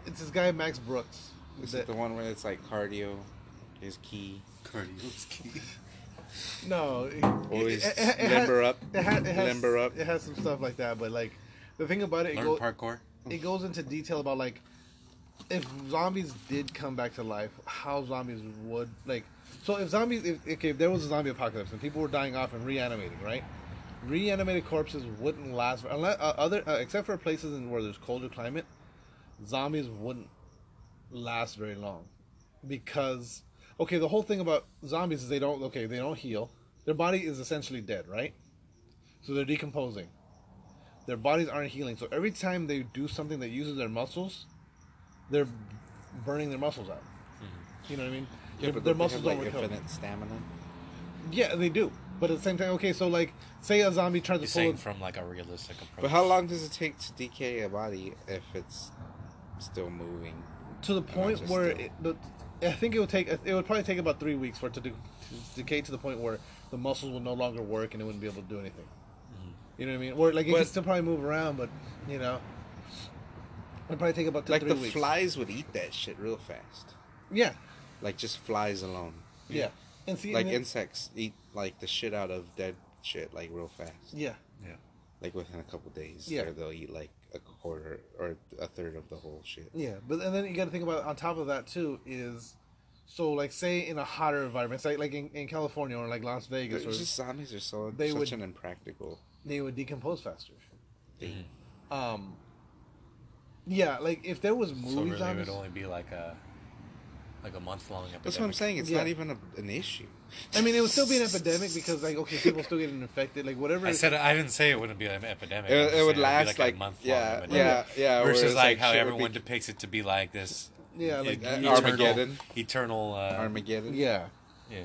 it's this guy Max Brooks. Is that- it the one where it's like cardio is key? Cardio. No, it- Always it- it- it limber has- up, It, ha- it has, limber up. It has some stuff like that, but like the thing about it, it, Learn go- parkour. it goes into detail about like if zombies did come back to life, how zombies would like. So if zombies, if, okay, if there was a zombie apocalypse and people were dying off and reanimating, right? Reanimated corpses wouldn't last for, unless uh, other uh, except for places in, where there's colder climate, zombies wouldn't last very long because okay, the whole thing about zombies is they don't okay they don't heal. Their body is essentially dead, right? So they're decomposing their bodies aren't healing. So every time they do something that uses their muscles, they're burning their muscles out. You know what I mean? their Mm-hmm. but their don't they muscles have, don't like recover. infinite stamina. Yeah, they do. But at the same time, okay, so like, say a zombie tries You're to pull. saying A, from like a realistic approach. But how long does it take to decay a body if it's still moving? to the not point just where the- it, the, I think it would take. It would probably take about three weeks for it to, de- to decay to the point where the muscles will no longer work and it wouldn't be able to do anything. You know what I mean? Or like it Mm-hmm. But- could still probably move around, but you know, it'd probably take about two, Like three the weeks. flies would eat that shit real fast. Yeah, Like just flies alone. yeah. And see, Like and then- insects eat like the shit out of dead shit like real fast. yeah. Yeah. Like within a couple days. Yeah. Or they'll eat like a quarter or a third of the whole shit. Yeah, but and then you got to think about on top of that too is, so like say in a hotter environment, say like in, in California or like Las Vegas, It's or just zombies are so They such would- an impractical they would decompose faster. thing. Um, yeah, like if there was So movie really, it zombies, would only be like a like a month long episode. That's what I'm saying. It's not Yeah. even a, an issue. I mean, it would still be an epidemic because like okay, people still getting infected, like whatever. I said I didn't say it wouldn't be an epidemic. It, I'm it just would saying last it'd like, be, month-long yeah, epidemic. yeah, yeah. Versus whereas, like, how shit would everyone be- depicts it to be like this. yeah, e- like Uh, eternal, Armageddon. Eternal. Uh, Armageddon. yeah, yeah.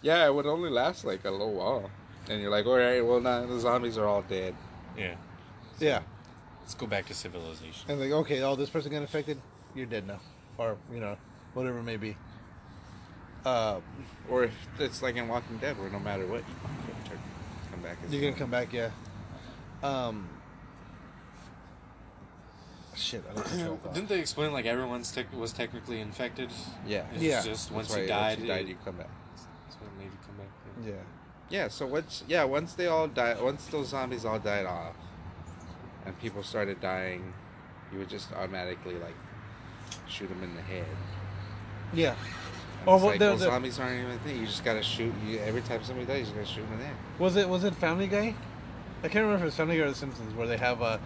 yeah. It would only last like a little while, and you're like, all right, well, now the zombies are all dead. Yeah. yeah, Let's go back to civilization. and like okay, oh this person got infected, you're dead now, or you know whatever it may be. Uh, Or if it's like in Walking Dead, where no matter what, you can turn, come back. As You're gonna come back, yeah. Um. Shit, I lost my train of thought. Didn't they explain like everyone's tech was technically infected? Yeah. It's Yeah. Just That's once why you died, once you died, it- you come back. that's what made you come back. Yeah. Yeah. So once, yeah, once they all died, once those zombies all died off, and people started dying, you would just automatically like shoot them in the head. Yeah. Or Or what it's like, Oh, the- well, the- zombies aren't even a thing. You just gotta shoot. You, every time somebody dies, you just gotta shoot them in the head. Was it was it Family Guy? I can't remember if it's Family Guy or The Simpsons where they have a.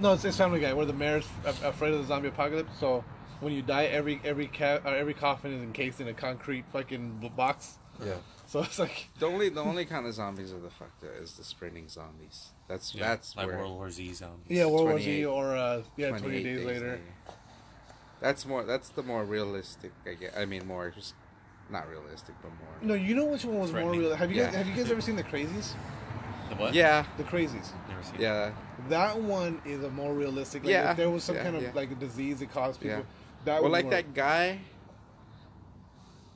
No, it's, it's Family Guy where the mayor's af- afraid of the zombie apocalypse. So when you die, every every cat or every coffin is encased in a concrete fucking b- box. Yeah. So it's like The only the only kind of zombies that are fucked up is the sprinting zombies. That's Yeah. that's like where World War Z zombies. yeah, World War Z 28 or uh, yeah, 28 twenty days later. That's more. That's the more realistic. I guess. I mean, more just not realistic, but more. No, you know which one was more Threatening. real? Have you guys, Yeah. have you guys ever seen The Crazies? The what? Yeah. The Crazies. Never seen. it. Yeah. That one is a more realistic. Like, Yeah, If there was some yeah, kind of yeah. like disease that caused people, Yeah. that Well, would like work. that guy.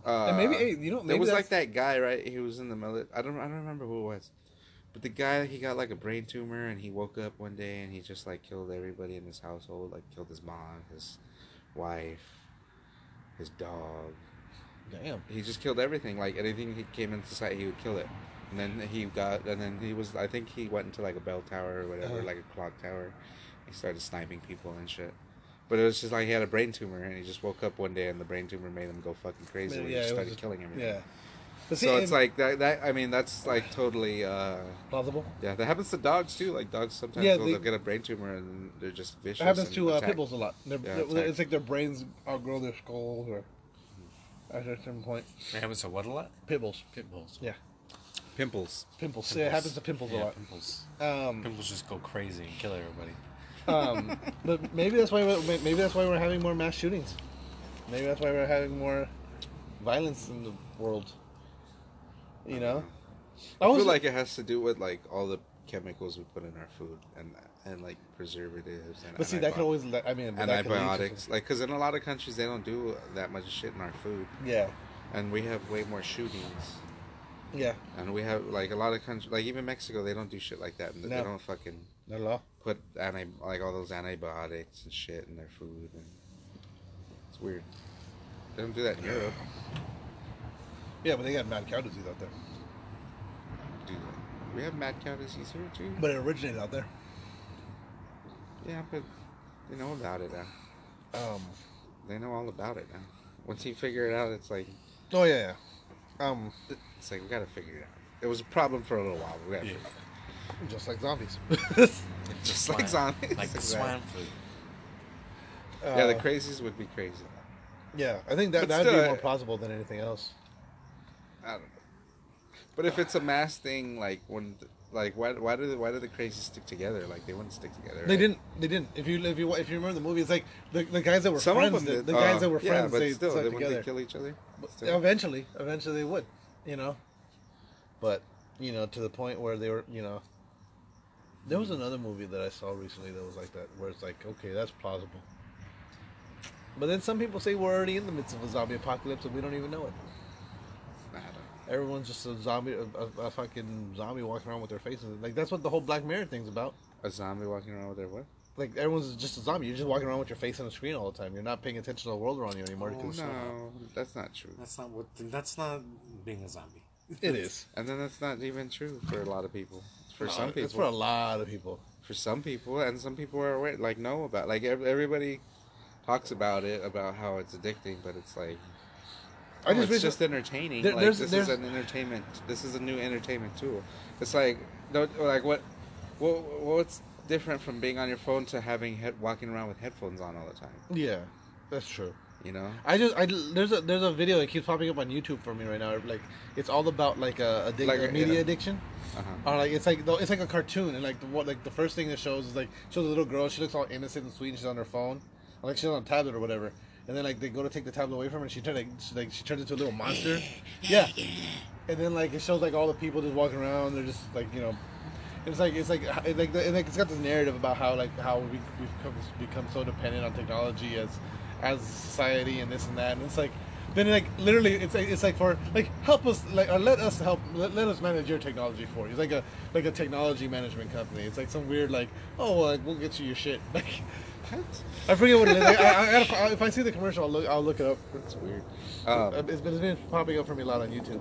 Uh, And maybe hey, you know maybe there was like that's- that guy, right? He was in the military. I don't, I don't remember who it was, but the guy he got like a brain tumor, and he woke up one day and he just like killed everybody in his household, like killed his mom, his wife, his dog. Damn. He just killed everything, like anything he came into sight, he would kill it. And then he got, and then he was, I think he went into like a bell tower or whatever, Uh-huh. like a clock tower. He started sniping people and shit. But it was just like he had a brain tumor, and he just woke up one day, and the brain tumor made him go fucking crazy. Maybe- where he yeah, just it was started a- killing everything. Yeah. But see, So it's it- like that. That I mean, that's like totally. uh plausible. Yeah, that happens to dogs too. Like dogs sometimes Yeah, will they- they'll get a brain tumor and they're just vicious. It happens and to uh, attack. pit bulls a lot. They're, Yeah, they're- attack. it's like their brains outgrow their skulls, or at a certain point, It happens to what a lot? pit bulls. Pit bulls. Yeah, Pimples. pimples. Yeah, it happens to pimples Yeah, a lot. Pimples. Um, Pimples just go crazy and kill everybody. um, but maybe that's why we're, may- maybe that's why we're having more mass shootings. Maybe that's why we're having more violence in the world. You know, I, was feel like it has to do with like all the chemicals we put in our food and and like preservatives and. but see that antibi- can always. le- I mean, but and that can lead to antibiotics, like because in a lot of countries they don't do that much shit in our food, some- Yeah, and we have way more shootings, yeah, and we have like a lot of countries, like even Mexico, they don't do shit like that, and they No. don't fucking not at all. put anti like all those antibiotics and shit in their food, and it's weird. They don't do that in Europe. Yeah, but they got mad cow disease out there. Do they? We have mad cow disease here too. But it originated out there. Yeah, but they know about it now. Um, They know all about it now. Once you figure it out, it's like oh yeah, yeah. Um, it's like we gotta figure it out. It was a problem for a little while. but We gotta Yeah. figure it out. just like zombies. Just Swine. like zombies. Like the Exactly. swine flu. Yeah, the Uh, crazies would be crazy. Yeah, I think that But that would be still, more I- plausible than anything else. I don't know. But if it's a mass thing, like when, like why why do the, why do the crazies stick together? Like they wouldn't stick together. They right? didn't. They didn't. If you if you if you remember the movie, it's like the, the guys that were Some friends. of them the, did. the guys Uh, that were yeah, friends. but they still, stuck they, wouldn't together. they kill each other? Still. eventually, eventually they would. You know, but you know to the point where they were. You know, there was another movie that I saw recently that was like that, where it's like, okay, that's plausible. But then some people say we're already in the midst of a zombie apocalypse and we don't even know it. I don't know. Everyone's just a zombie, a, a, a fucking zombie walking around with their faces. Like that's what the whole Black Mirror thing's about. A zombie walking around with their what? like everyone's just a zombie. You're just walking around with your face on the screen all the time. You're not paying attention to the world around you anymore. Oh, No, 'cause- that's not true. That's not what. That's not being a zombie. It is And then that's not even true for a lot of people. For No, some people, It's for a lot of people. for some people, and some people are aware, like know about. Like ev- everybody talks about it, about how it's addicting, but it's like I just No, Oh, it's recent- just entertaining. There- like there's- this there's- is an entertainment. This is a new entertainment tool. It's like, no, like what, what, what's different from being on your phone to having head walking around with headphones on all the time? yeah, that's true. You know, I just I there's a there's a video that keeps popping up on YouTube for me right now. Like it's all about like a, addic- Like, a media yeah. addiction. uh-huh. Or like it's like it's like a cartoon and like the, what like the first thing it shows is like shows a little girl. She looks all innocent and sweet. and She's on her phone, or like she's on a tablet or whatever. And then like they go to take the tablet away from her, and she turned like she, like she turns into a little monster. Yeah. And then like it shows like all the people just walking around. They're just like you know, it's like it's like it, like, the, it, like it's got this narrative about how like how we we've come, become so dependent on technology as as a society and this and that. And it's like then like literally it's like, it's like for like help us like or let us help let, let us manage your technology for you. It's like a like a technology management company. It's like some weird like oh well, like we'll get you your shit. Like I forget what it is. I, I, I gotta, if I see the commercial, I'll look I'll look it up. Uh, That's weird. Um, It's been, it's been popping up for me a lot on YouTube.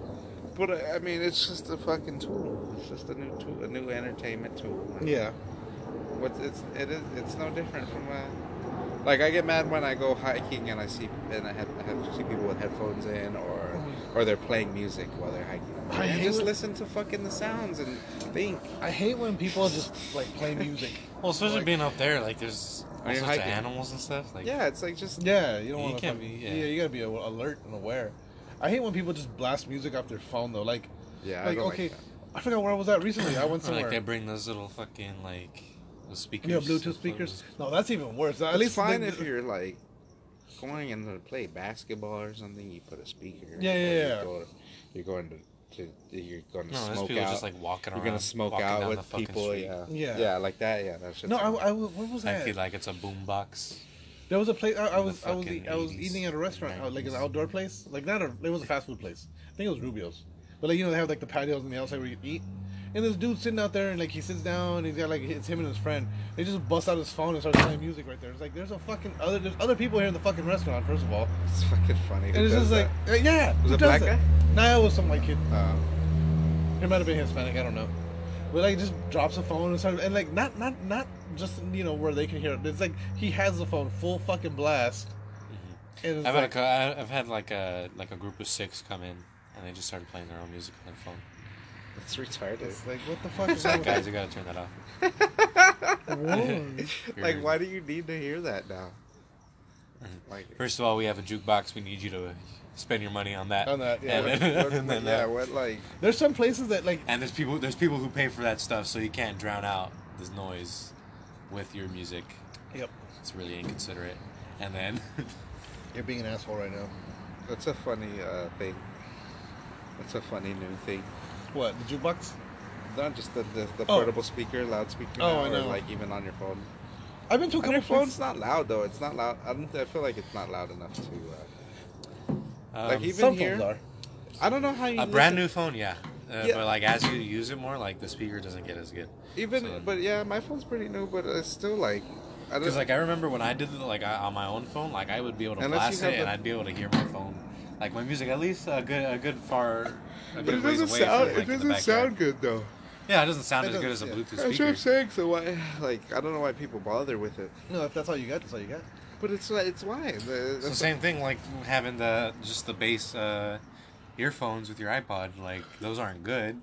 but uh, I I mean, it's just a fucking tool. It's just a new tool, a new entertainment tool. Yeah. What's it's it is it's no different from uh, like I get mad when I go hiking and I see and I have, I have see people with headphones in or or they're playing music while they're hiking. Mm-hmm. I And hate just when- listen to fucking the sounds and think. I hate when people just like play music. Well, especially Like- being up there, like there's all Are you sorts of hiking? animals and stuff. Like Yeah, it's like just Yeah, you don't You want to can't be- yeah. you gotta be a- alert and aware. I hate when people just blast music off their phone though. Like, yeah. I like don't okay, like that. I forgot where I was at recently. I went Or, like somewhere. they bring those little fucking like those speakers. yeah, Bluetooth those speakers. little- No, that's even worse. At It's least fine they- if you're like going in to play basketball or something. You put a speaker. Yeah, or yeah, you yeah. Go, you're going to. To, you're going to No, those smoke people out. just like walking you're around. gonna smoke Uh, walking out down with fucking people. street. Yeah. Yeah. yeah, like that. Yeah, that shit. No, I, I was- where was I? Like, At? it- like it's a boom box. There was a place I, I in the was I was fucking I was 80s, eating at a restaurant, out- like an 90s. outdoor place, like not a it was a fast food place. I think it was Rubio's, but like you know they have like the patios on the outside where you can eat. And this dude sitting out there and like he sits down, he's got like it's him and his friend. They just bust out his phone and start playing music right there. It's like there's a fucking other there's other people here in the fucking restaurant first of all. It's fucking funny. And it's just like uh, yeah, Was who does it black that? Nah, it was some white kid. Um, It might have been Hispanic, I don't know. But like just drops the phone and starts, and like not not not just you know where they can hear it. It's like he has the phone full fucking blast. And it's I've had a like, cou- I- I've had like a like a group of six come in, and and they just started playing their own music on their phone. That's retarded. It's like what the fuck is that? Guys, you gotta turn that off. Whoa. like, why do you need to hear that now? Like, First of all, we have a jukebox. We need you to spend your money on that. on that, yeah, And, what, then- what- and what- then yeah, that. what, like, There's some places that like And there's people. There's people who pay for that stuff, so you can't drown out this noise with your music. Yep. It's really inconsiderate. And then You're being an asshole right now. that's a funny uh, thing. That's a funny new thing. What, the jukebox? Not just the, the, the Oh. portable speaker, loudspeaker, Oh, I or know. like even on your phone. I've been to a On couple your phone, phones. it's not loud though. It's not loud. I don't. I feel like it's not loud enough to. Uh, um, like even Some here, phones are. I don't know how you. a brand new phone, yeah. Uh, Yeah. But like as you use it more, like the speaker doesn't get as good. Even, so- but yeah, my phone's pretty new, but it's still like. I don't, Because like I remember when I did it, like I, on my own phone, like I would be able to Unless blast you have it and the- I'd be able to hear my phone, like my music at least a good a good far. A but good it ways doesn't away sound. from, like, it in the doesn't backyard. sound good though. Yeah, it doesn't sound It as good as a doesn't, yeah. Bluetooth That's what I'm speaker. saying. So why? Like I don't know why people bother with it. No, if that's all you got, that's all you got. But it's it's why. The- It's the that's- same thing, like having the just the bass uh, earphones with your iPod. Like those aren't good.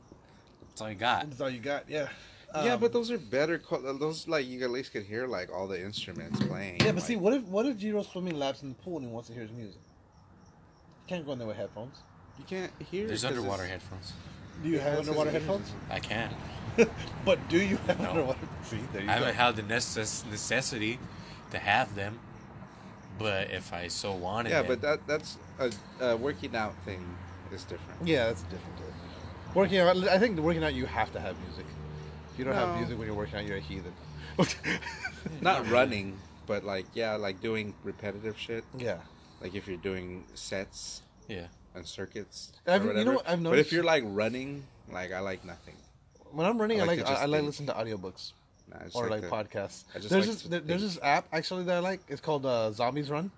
That's all you got. That's all you got, yeah. yeah, Um, but those are better. qual- uh, Those like you at least could hear like all the instruments playing. Yeah, but see, like- what if what if Jiro's swimming laps in the pool and he wants to hear his music? You can't go in there with headphones. you can't hear. There's 'cause underwater it's- headphones. Do you have this is underwater easy. headphones? I can't. But do you have No. underwater? See, there you I go. haven't had the necess- necessity to have them, but if I so wanted, Yeah, it, but that that's a, a working out thing is different. Yeah, that's different. Too. Working out, I think the working out you have to have music. If you don't have No. music when you're working out, you're a heathen. Not running, but like yeah, like doing repetitive shit. yeah, Like if you're doing sets yeah, and circuits. And or I've- you know whatever. what I've But noticed- if you're like running, like I like nothing. when I'm running, I I like like I to like, just I, like think. listening to audiobooks Nah, I just or like, to- podcasts. I just There's like this to there, there's think. this app actually that I like. It's called uh, Zombies Run,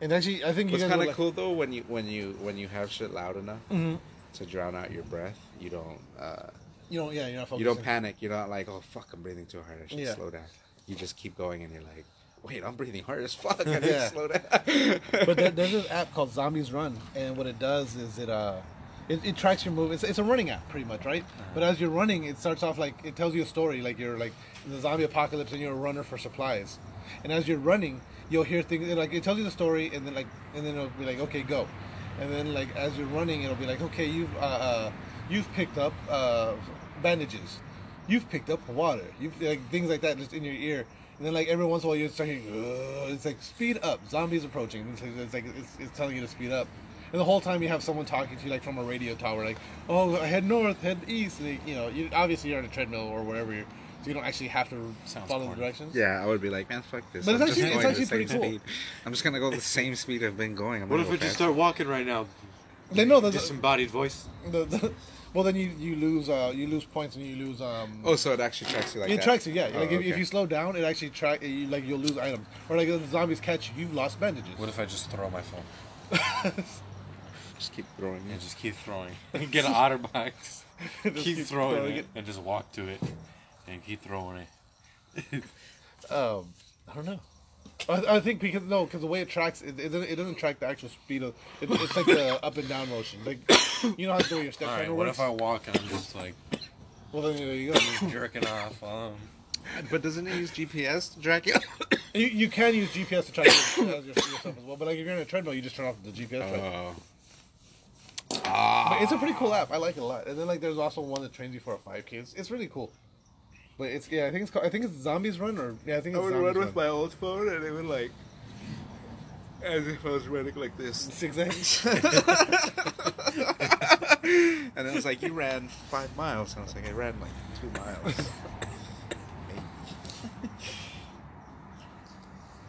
and actually I think you What's guys kind would of like- Mm-hmm. cool though when you when you when you have shit loud enough to drown out your breath, you don't uh, You don't, yeah, you're not focusing. you don't panic. You're not like, oh fuck, I'm breathing too hard. I should Yeah. slow down. You just keep going, and you're like, wait, I'm breathing hard as fuck. I need Yeah. to slow down. but there, there's this app called Zombies Run, and what it does is it uh, it, it tracks your move. It's, it's a running app, pretty much, right? But as you're running, it starts off like it tells you a story, like you're like in the zombie apocalypse, and you're a runner for supplies. And as you're running, you'll hear things like it tells you the story, and then like and then it'll be like, okay, go. And then like as you're running, it'll be like, okay, you've uh, uh, you've picked up uh, bandages, you've picked up water, you've like things like that just in your ear. And then like every once in a while you start hearing, "Ugh," it's like speed up, zombies approaching. It's, it's like it's, it's telling you to speed up, and the whole time you have someone talking to you like from a radio tower, like, oh, head north, head east. And they, you know, you, obviously you're on a treadmill or wherever you're, so you don't actually have to Sounds follow the corny. directions. yeah, I would be like, man, fuck this. But it's I'm just actually- it's going the actually pretty same cool. Speed. I'm just gonna go the same speed I've been going. I'm What if gonna go I just fast. start walking right now? They know there's a- Disembodied voice. the, the- well then you you lose uh, you lose points and you lose um. Oh, so it actually tracks you like it that. tracks you, yeah. Oh, like if, if okay. you slow down, it actually track you, like you'll lose items, or like if the zombies catch you, you've lost bandages. What if I just throw my phone just keep throwing and it. just keep throwing? Get an otter box, keep, Just keep throwing, throwing it, it. and just walk to it and keep throwing it. Um, I don't know. I, I think because no, because the way it tracks, it, it, doesn't, it doesn't track the actual speed of. It, it's like the up and down motion. Like you know how to do your step All right, counter what works. if I walk and I'm just like Well, then there you go. jerking off? Um, But doesn't it use GPS to track you? you, you can use GPS to track your, uh, your- yourself as well. But like if you're on a treadmill, you just turn off the GPS. tracker. oh, But it's a pretty cool app. I like it a lot. And then like there's also one that trains you for a 5K. It's, it's really cool. But it's yeah, I think it's called, I think it's Zombies Run or yeah, I think I it's would Zombies run with my old phone, and it would like, as if I was running like this. Zigzag. and it was like you ran five miles, and I was like, I ran like two miles.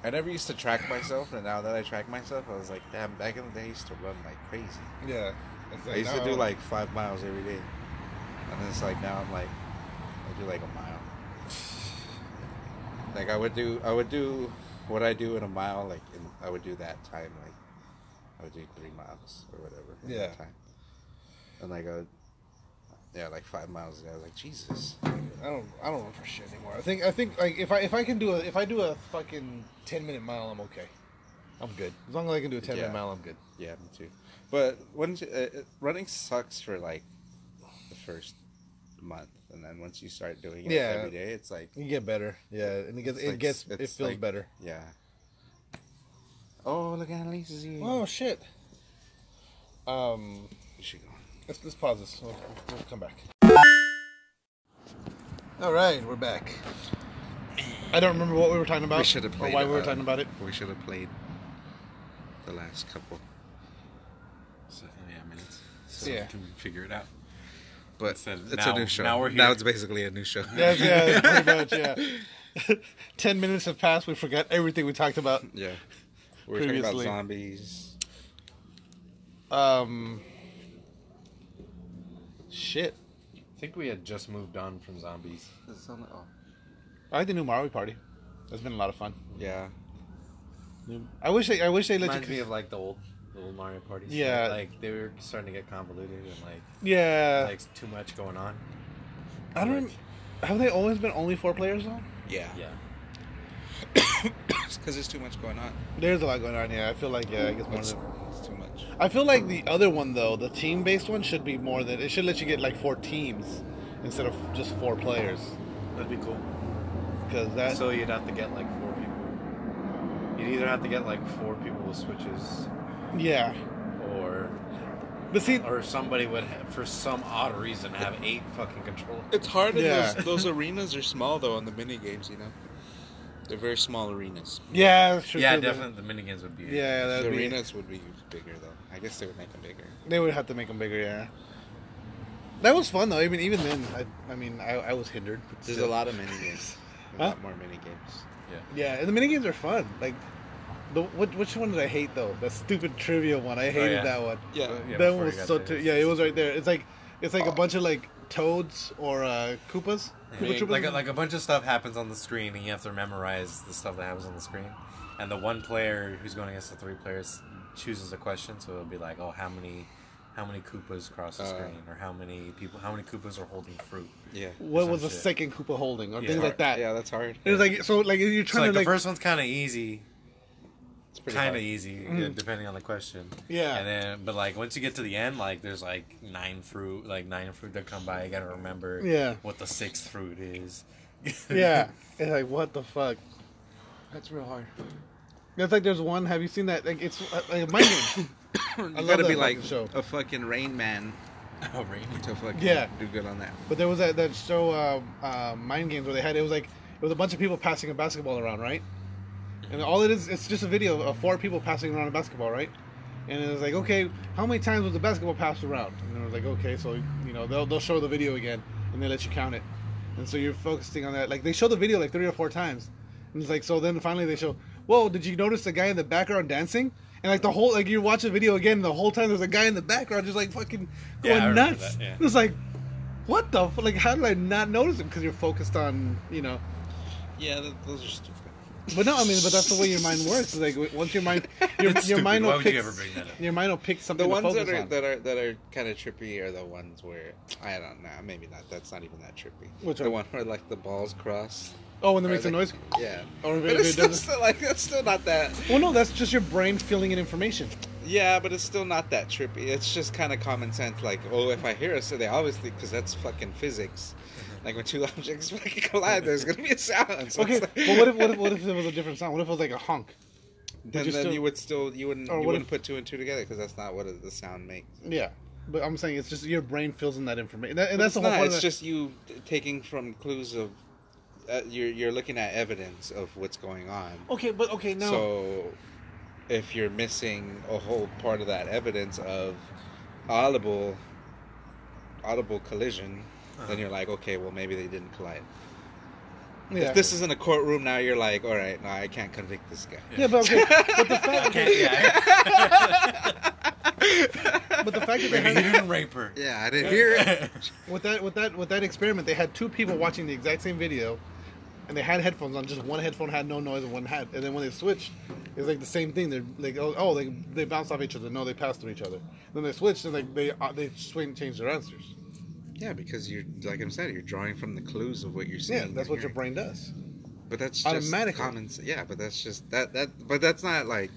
I never used to track myself, and now that I track myself, I was like, damn. Back in the day, I used to run like crazy. yeah. It's I used now to do don't- like five miles every day, and it's like now I'm like, I do like a mile. Like I would do, I would do what I do in a mile. Like in, I would do that time. Like I would do three miles or whatever. in Yeah. That time. And like I would, yeah, like five miles. And I was like, Jesus. I don't I don't run for shit anymore. I think I think like if I if I can do a if I do a fucking ten minute mile, I'm okay. I'm good. As long as I can do a ten Yeah. minute mile, I'm good. Yeah, me too. But when uh, running sucks for like the first month, and then once you start doing it Yeah. every day, it's like You get better. Yeah, and it gets It's it like- gets it it's feels like- better. yeah. Oh, look at Annalise's here. Oh shit. Um, Is she gone? let's let's pause this. We'll, we'll come back. All right, we're back. I don't remember what we were talking about. We should have or played. why we were uh, talking about it. We should have played the last couple. So, oh, yeah, minutes. So Yeah. we can figure it out. But It says, it's "Now- a new show. now we're here." it's basically a new show. Yeah, yeah, pretty much, yeah. Ten minutes have passed. We forgot everything we talked about. yeah. We We're talking about Previously. zombies. Um, shit. I think we had just moved on from zombies. Oh. I like the new Mario Party. That's been a lot of fun. Yeah. I wish they, I wish they let Reminds you. me of like the old little Mario parties. Yeah. like they were starting to get convoluted and like yeah, like too much going on. I don't. rem- Have they always been only four players though? Yeah. Yeah, Because there's too much going on. There's a lot going on here. I feel like yeah, I guess more It's, than. it's too much. I feel like the other one though, the team-based one, should be more than it should let you get like four teams instead of just four players. that'd be cool. Because that So you'd have to get like four people. You'd either have to get like four people with switches, yeah, or but see, or somebody would have, for some odd reason have eight fucking controllers. It's hard in Yeah. those, those arenas are small though on the mini games, you know. They're very small arenas. yeah, that's true, Yeah, too, but- definitely the minigames would be. Yeah, that the would be, arenas would be bigger though. I guess they would make them bigger. they would have to make them bigger. Yeah, that was fun though. I mean, even then, I, I mean, I, I was hindered. but There's still. a lot of mini games. A Huh? lot more mini games. Yeah, and the mini games are fun. Like, the what, which one did I hate though? That stupid trivia one. I hated Oh, yeah. that one. Yeah. that before one you was got so. there. T- yeah, it was right there. It's like it's like a bunch of like toads or uh, Koopas. I Koopa mean, Troopas? like a, like a bunch of stuff happens on the screen, and you have to memorize the stuff that happens on the screen. And the one player who's going against the three players chooses a question, so it'll be like, oh, how many, how many Koopas cross the Uh. screen, or how many people, how many Koopas are holding fruit. Yeah. what some was the shit. second Koopa holding or Yeah. things like that? Yeah, that's hard. It was like so like you're So trying like to the like first one's kind of easy, It's pretty kind of hard. easy, yeah, depending on the question. Mm. Yeah. And then, but like once you get to the end, like there's like nine fruit, like nine fruit that come by. You gotta remember, Yeah. what the sixth fruit is. yeah. It's like what the fuck. That's real hard. It's like there's one. Have you seen that? Like it's uh, like a mind game. You love gotta that be like fucking show. a fucking Rain Man Oh, right. to fucking Yeah. do good on that. But there was that, that show um, uh, Mind Games where they had it was like it was a bunch of people passing a basketball around, right? And all it is, it's just a video of four people passing around a basketball, right? And it was like, okay, how many times was the basketball passed around? And then it was like, okay, so you know they'll they'll show the video again and they let you count it. And so you're focusing on that. Like they show the video like three or four times, and it's like so. Then finally they show, whoa, did you notice the guy in the background dancing? And like the whole like you watch the video again, the whole time there's a guy in the background just like fucking Yeah, going I remember nuts. that, yeah. It was like, what the f- like? How did I not notice it? Because you're focused on you know. Yeah, th- those are stupid. But no, I mean, but that's the way your mind works. It's like w- once your mind, your, That's your stupid. mind Why will would you pick. ever bring that up? Your mind will pick something The to ones focus that are on. that are that are kind of trippy are the ones where I don't know, maybe not. That's not even that trippy. Which the one? one where like the balls cross. oh, when it Or, makes a like, noise. Oh, Yeah. Or if But it, if it's it still, doesn't. still, like that's still not that. Well, no, that's just your brain filling in information. Yeah, but it's still not that trippy. It's just kind of common sense. Like, oh, if I hear a so they obviously because that's fucking physics. Like when two objects fucking collide, there's gonna be a sound. So Okay, it's like- but what if, what if what if it was a different sound? What if it was like a honk? then, you then still- you would still you wouldn't Or you what wouldn't if- put two and two together because that's not what the sound makes. Yeah, but I'm saying it's just your brain fills in that information, and that's It's the whole not, point. It's of that- just you t- taking from clues of uh, you're you're looking at evidence of what's going on. okay, but okay, Oh, no. So if you're missing a whole part of that evidence of audible audible collision, Uh-huh. then you're like, okay, well maybe they didn't collide. yeah. If this is in a courtroom now, you're like, all right, no, I can't convict this guy. yeah, but okay, but the fact, Okay, yeah. but the fact that they Maybe he had didn't rape her. Yeah, I didn't hear it. with that with that with that experiment, they had two people watching the exact same video, and they had headphones on. Just one headphone had no noise, and one had. And then when they switched, it was like the same thing. They're like, oh, oh they they bounce off each other. No, they pass through each other. Then they switched, and like they uh, they swing changed their answers. yeah, because you're like I'm saying, you're drawing from the clues of what you're seeing. Yeah, that's and what your brain hearing. does. But that's Automatically. just common sense. Yeah, but that's just that that. But that's not like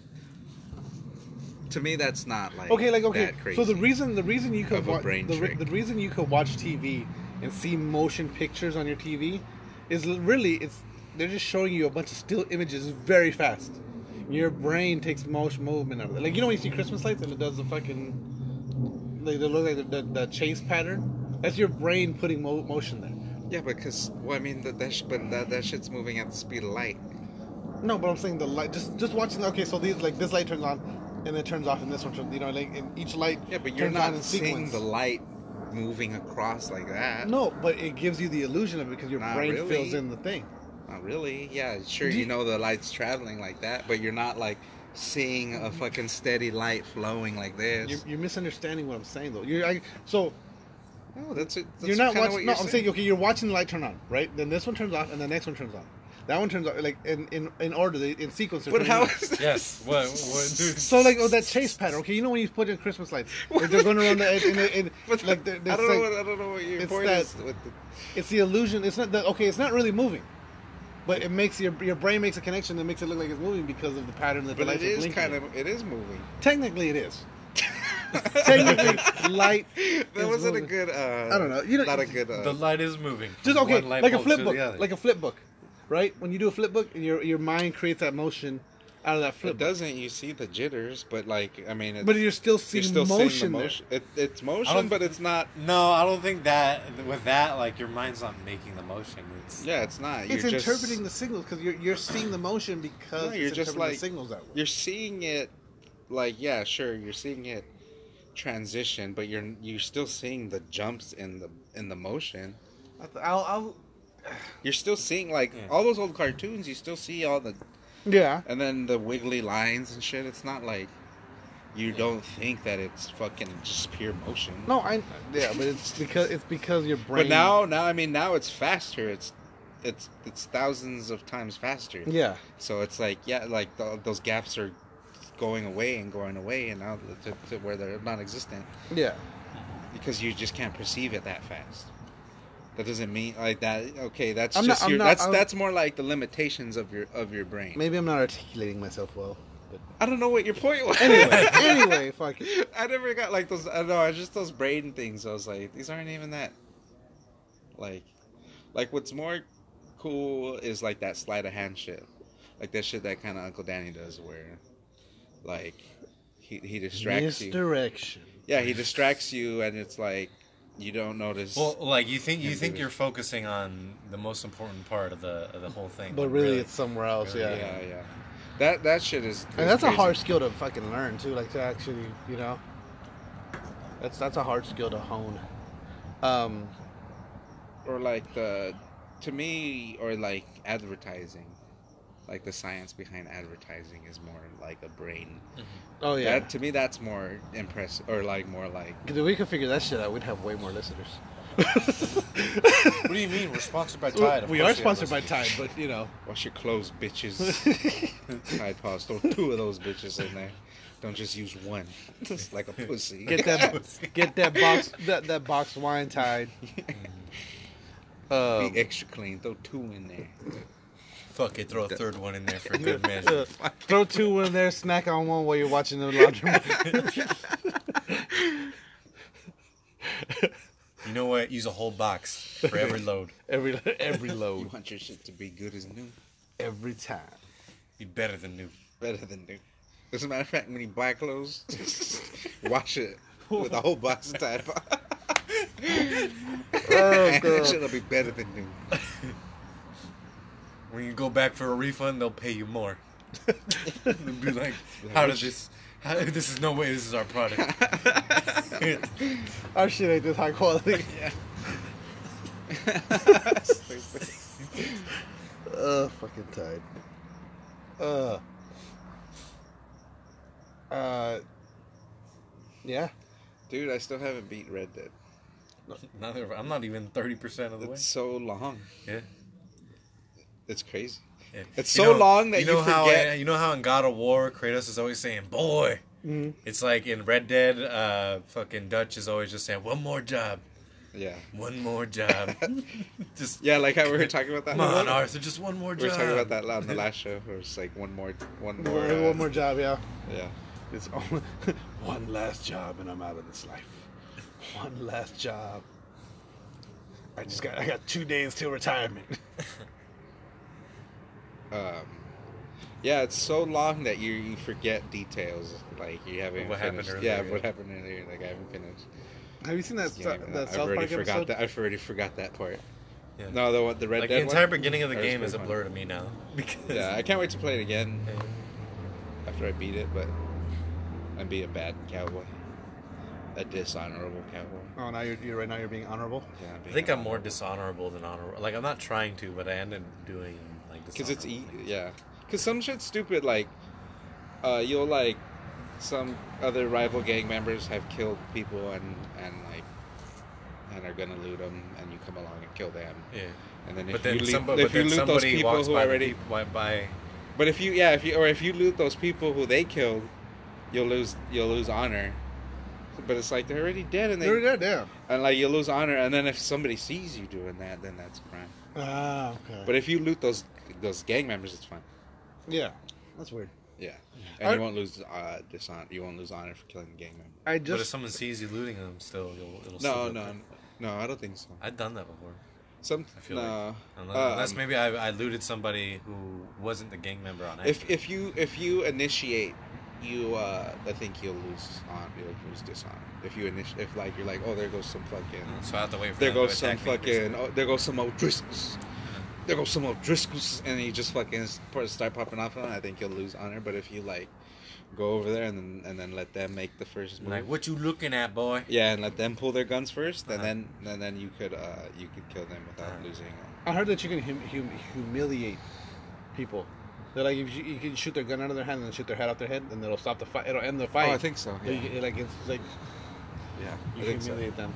to me, that's not like okay like okay that crazy. so the reason the reason you could of a watch brain the, re- trick. the reason you could watch tv and see motion pictures on your tv is l- really it's they're just showing you a bunch of still images very fast your brain takes motion movement out of it like you know when you see christmas lights and it does the fucking like they look like the, the, the chase pattern that's your brain putting mo- motion there yeah, because well, I mean that that sh- but that, that shit's moving at the speed of light. no but i'm saying the light just just watching okay so these like this light turns on and it turns off and this one turns you know like and each light Yeah, but you're turns on in not sequence. seeing the light moving across like that. No, but it gives you the illusion of it because your Not brain really. fills in the thing. Not really. Yeah, sure. Do You you- know the light's traveling like that, but you're not like seeing a fucking steady light flowing like this. You're, you're misunderstanding what I'm saying, though. You're I, so no, Oh, that's it. That's you're not kinda watching. what no, you're I'm saying okay. You're watching the light turn on, right? Then this one turns off, and the next one turns on. That one turns off like in in, in order, they, in sequence. they're But turning how on. is that? Yes. What? What? Dude. So like oh, that chase pattern. Okay, you know when you put in Christmas lights, like they're going around the edge, and, they- and But like they're, I they're don't know. saying- What, I don't know what your it's point that- is. With the, it's the illusion. It's not that okay. It's not really moving, but it makes your your brain makes a connection that makes it look like it's moving because of the pattern that the but it lights are is blinking. kind in. of. It is moving. Technically, it is. Technically, light. That is wasn't a moving. good. Uh, I don't know. You know- not a good. Uh, The light is moving. Just from okay, one light like a bulb flip to book, the other. like a flip book, right? When you do a flip book, your your mind creates that motion out of that flip. it book. doesn't. You see the jitters, but like I mean, it's, But you're still seeing you're still motion, seeing the motion. It, it's motion, don't- but it's not. No, I don't think that with that, like your mind's not making the motion. It's Yeah, it's not. there. It's you're interpreting Just, the signals because you're you're seeing the motion because No, you're it's just interpreting like the signals that way. you're seeing it. Like yeah, sure, you're seeing it transition, but you're you're still seeing the jumps in the in the motion. I th- I'll, I'll, You're still seeing like Yeah. all those old cartoons. You still see all the yeah, And then the wiggly lines and shit. It's not like you don't think that it's fucking just pure motion. no, I yeah, but it's because it's because your brain. But now, now I mean, now it's faster. It's it's it's thousands of times faster. yeah, So it's like yeah, like th those gaps are going away and going away, and now to, to where they're non-existent yeah, because you just can't perceive it that fast. That doesn't mean like that. Okay, that's I'm not- just I'm your. not- that's I'm- that's more like the limitations of your of your brain. maybe I'm not articulating myself well. But I don't know what your point was. anyway, anyway, fuck it. I never got like those. I don't know. I just those brain things. I was like, these aren't even that. Like, like what's more cool is like that sleight of hand shit, like that shit that kind of Uncle Danny does, where like he he distracts you. Misdirection. Yeah, he distracts you, and it's like you don't notice. well, like you think you Can't do think this. you're focusing on the most important part of the of the whole thing, But like, really, it's somewhere else. Really, yeah. yeah, yeah. That that shit is. And that's a crazy. hard skill to fucking learn too, like to actually, you know. That's that's a hard skill to hone. Um, or like the to me or like advertising like the science behind advertising is more like a brain oh yeah, that to me that's more impressive or like more like 'Cause if we could figure that shit out, we'd have way more listeners. What do you mean? We're sponsored by Tide. Of we course are sponsored by have Time, but you know, wash your clothes bitches Tide Pods throw two of those bitches in there don't just use one just like a pussy get that get that box that that box wine tied. Um, be extra clean throw two in there listeners. Fuck it, throw a third one in there for good measure. throw two in there, snack on one while you're watching the laundry. You know what? Use a whole box for every load. every every you load, want your shit to be good as new every time. Be better than new. better than new as a matter of fact when you buy clothes wash it with a whole box of Tide Pods Oh that god. shit'll be better than new When you go back for a refund, they'll pay you more. They'll be like, "How did this? How, this is no way. This is our product." Our shit ain't this high quality. Uh, fucking tired. Uh. Uh. Yeah. Dude, I still haven't beat Red Dead. Neither. I'm not even thirty percent of the way. It's so long. Yeah. It's crazy. Yeah. It's so long that you how forget- you know how in God of War Kratos is always saying "boy." Mm-hmm. It's like in Red Dead, uh, fucking Dutch is always just saying "one more job, Yeah. one more job." just Yeah, like how we were talking about that. come on, last- Arthur, just one more we job. were talking about that on the last show. Where it's like one more, one more, One- uh, One more job, yeah. Yeah. It's only one last job, and I'm out of this life. One last job. I just got I got two days till retirement. Um, yeah, it's so long that you, you forget details. Like you haven't even What happened finished. earlier, Yeah, yeah. what happened earlier? Like I haven't finished. Have you seen that, Yeah, Sou- even- that I've South already Park forgot episode? that. I've already forgot that part. Yeah. No, the one- the red like Dead the entire one? beginning of the That was game pretty is a fun. blur to me now because Yeah, I can't wait to play it again Yeah. after I beat it, but I'd be a bad cowboy, a dishonorable cowboy. Oh, now you're, you're right now you're being honorable. Yeah, I think I'm more dishonorable than honorable. Like I'm not trying to, but I end up doing like because it's e- dishonorable things. yeah because some shit's stupid like uh, you'll like some other rival gang members have killed people and and like and are gonna loot them and you come along and kill them Yeah. and then if But then, you loot, somebo- if you but then loot those somebody people walks who by, the already peop- by, by but if you yeah if you or if you loot those people who they killed you'll lose you'll lose honor but it's like they're already dead and they You're good, yeah. and like you lose honor and then if somebody sees you doing that then that's a crime Ah, okay. but if you loot those those gang members it's fine yeah, that's weird. Yeah, and I- you won't lose uh, dishonor. You won't lose honor for killing the gang member. I But if just someone sees you looting them, still, you'll, it'll still No, look no, good. no. I don't think so. I've done that before. Some I feel no. like unless, Um, unless maybe I, I looted somebody who wasn't the gang member on if accident. if you if you initiate, you uh, I think you'll lose on you'll lose dishonor if you init if like you're like oh there goes some fucking so I have to wait for there them to goes some Mm. attack me, fucking oh, there goes some old Driscoll's. There goes some old Driscoll's, and you just fucking start- start popping off on. it, I think you'll lose honor. But if you like go over there and then and then let them make the first basically. move, like what you looking at, boy? Yeah, and let them pull their guns 1st Uh-huh. and then and then you could uh, you could kill them without Uh-huh. losing. I heard that you can hum- hum- humiliate people. That like if you, you can shoot their gun out of their hand and then shoot their head off their head and it'll stop the fight. It'll end the fight. Oh, I think so. Like, Yeah, you- like it's like yeah. you I think so. humiliate them.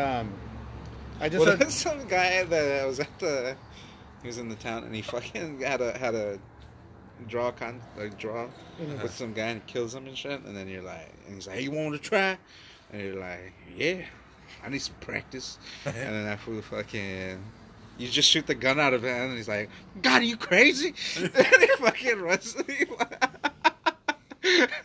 Um, I just Well, had- there's some guy that was at the he was in the town and he fucking had a had a draw con like draw with some guy and kills him and shit. And then you're like, and he's like, hey, you want to try? And you're like, yeah, I need some practice. and then that fool fucking. You just shoot the gun out of him, and he's like, "God, are you crazy?" and he fucking runs.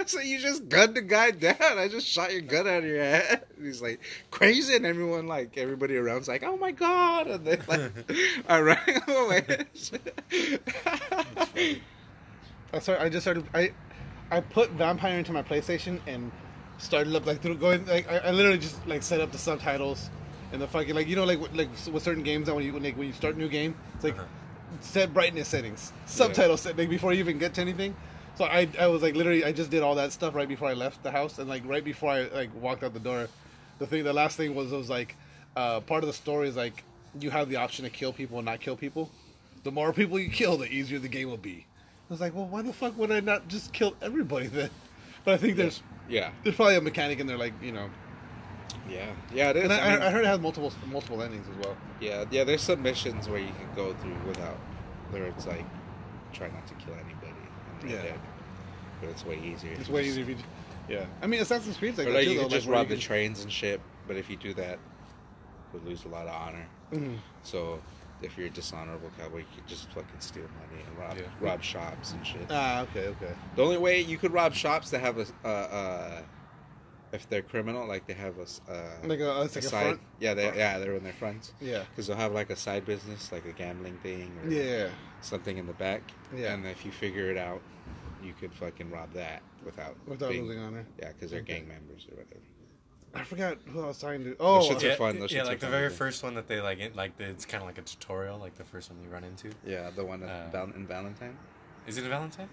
so you just gunned the guy down. I just shot your gun out of your head. And he's like crazy, and everyone like everybody around's like, "Oh my god!" And they like, I ran away. I started, I just started I I put Vampire into my PlayStation and started up like through going like I, I literally just like set up the subtitles and the fucking like you know like with, like with certain games that when you like when you start a new game it's Uh-huh. like set brightness settings subtitle setting before you even get to anything. So I I was like literally I just did all that stuff right before I left the house and like right before I like walked out the door, the thing the last thing was was like uh, part of the story is like you have the option to kill people and not kill people. The more people you kill, the easier the game will be. I was like, well, why the fuck would I not just kill everybody then? But I think there's yeah, there's probably a mechanic in there, like you know. yeah, yeah. It is. And I, I mean- I heard it has multiple multiple endings as well. Yeah, yeah. There's some missions where you can go through without, where it's like, try not to kill anybody. in Red Yeah. Dead. but it's way easier. if It's you way just- easier if you, yeah. I mean, Assassin's Creed's like Or that like too, you though, can just where rob you the trains and shit. But if you do that, you lose a lot of honor. Mm-hmm. So if you're a dishonorable cowboy, you could just fucking steal money and rob Yeah. rob shops and shit. Ah, okay, okay. The only way you could rob shops that have a, uh, uh, if they're criminal, like they have a, s- uh, Like a- it's like a side, front? yeah, they, yeah, they're in their fronts, Yeah. because they'll have like a side business, like a gambling thing, or Yeah, something in the back, Yeah. and if you figure it out, you could fucking rob that without without being- losing honor. yeah, because they're gang members or whatever. I forgot who I was talking to. Oh, shit's uh, are yeah, fun, those yeah, shits are like the fun, very yeah. first one that they like, it, like the, it's kind of like a tutorial, like the first one you run into. Yeah, the one Uh, at Val- in Valentine. Is it a Valentine?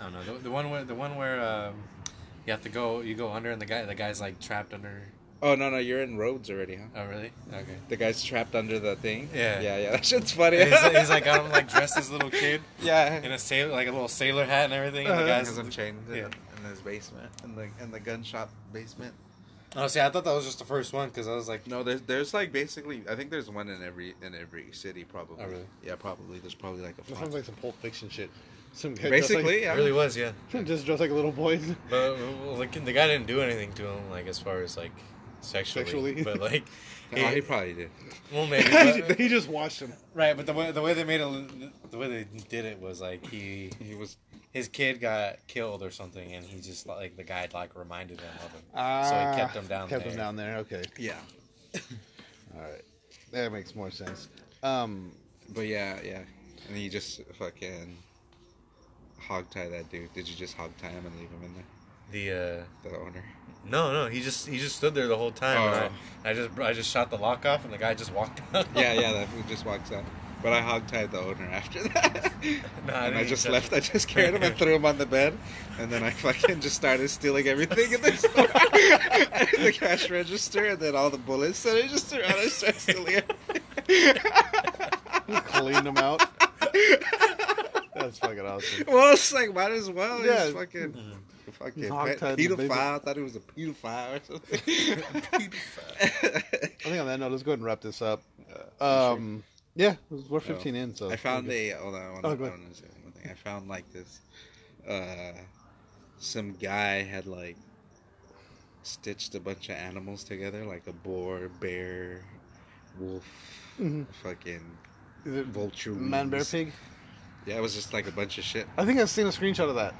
I don't know. The, the one where the one where um, you have to go, you go under, and the guy, the guy's like trapped under. Oh no, no, you're in Rhodes already, huh? Oh, really? Okay. The guy's trapped under the thing. Yeah. yeah, yeah. That shit's funny. he's, he's like got him like dressed as a little kid yeah, Uh-huh. in a sailor, like a little sailor hat and everything. And the Has guys, him chained in, yeah. in his basement, in the in the gun shop basement. Oh, see, I thought that was just the first one because I was like, No, there's there's like basically, I think there's one in every in every city probably. Oh, really? Yeah, probably. There's probably like a. that five. sounds like some Pulp Fiction shit. Some guy dressed basically, it yeah. really was, yeah. like, just dressed like a little boy. But well, the, kid- the guy didn't do anything to him, like as far as like sexually, Sexually. but like, Oh, he he- probably did. well, maybe. but- he just watched him. right, but the way the way they made it, the way they did it was like he He was his kid got killed or something, and he just like the guy like reminded him of him, so Ah, he kept him down Kept there. him down there. Okay. Yeah, All right. That makes more sense. Um, but yeah, yeah. And you just fucking hogtie that dude. Did you just hogtie him and leave him in there? the uh, The owner. no, no, he just he just stood there the whole time. and Oh. I, I just I just shot the lock off, and the guy just walked out. Yeah, yeah. That food just walks out. But I hogtied the owner after that. No, I and I didn't just touch left. him. I just carried him and threw him on the bed. And then I fucking just started stealing everything in the store. the cash register and then all the bullets that I just threw out. I started stealing everything. Clean them out. That's fucking awesome. Well, it's like might as well. Yeah. He's fucking fucking Hog-tied pet- the baby. pedophile. I thought he was a pedophile or something. pedophile. I think on that note, let's go ahead and wrap this up. Um, yeah, we're 15 in, so Oh. I found it. a. Hold on, I want Oh, to go I ahead. wanna say one thing. I found like this. Uh, some guy had like stitched a bunch of animals together, like a boar, bear, wolf, fucking Is it vulture, Mm-hmm. man, bear, wings. pig. Yeah, it was just like a bunch of shit. I think I've seen a screenshot of that.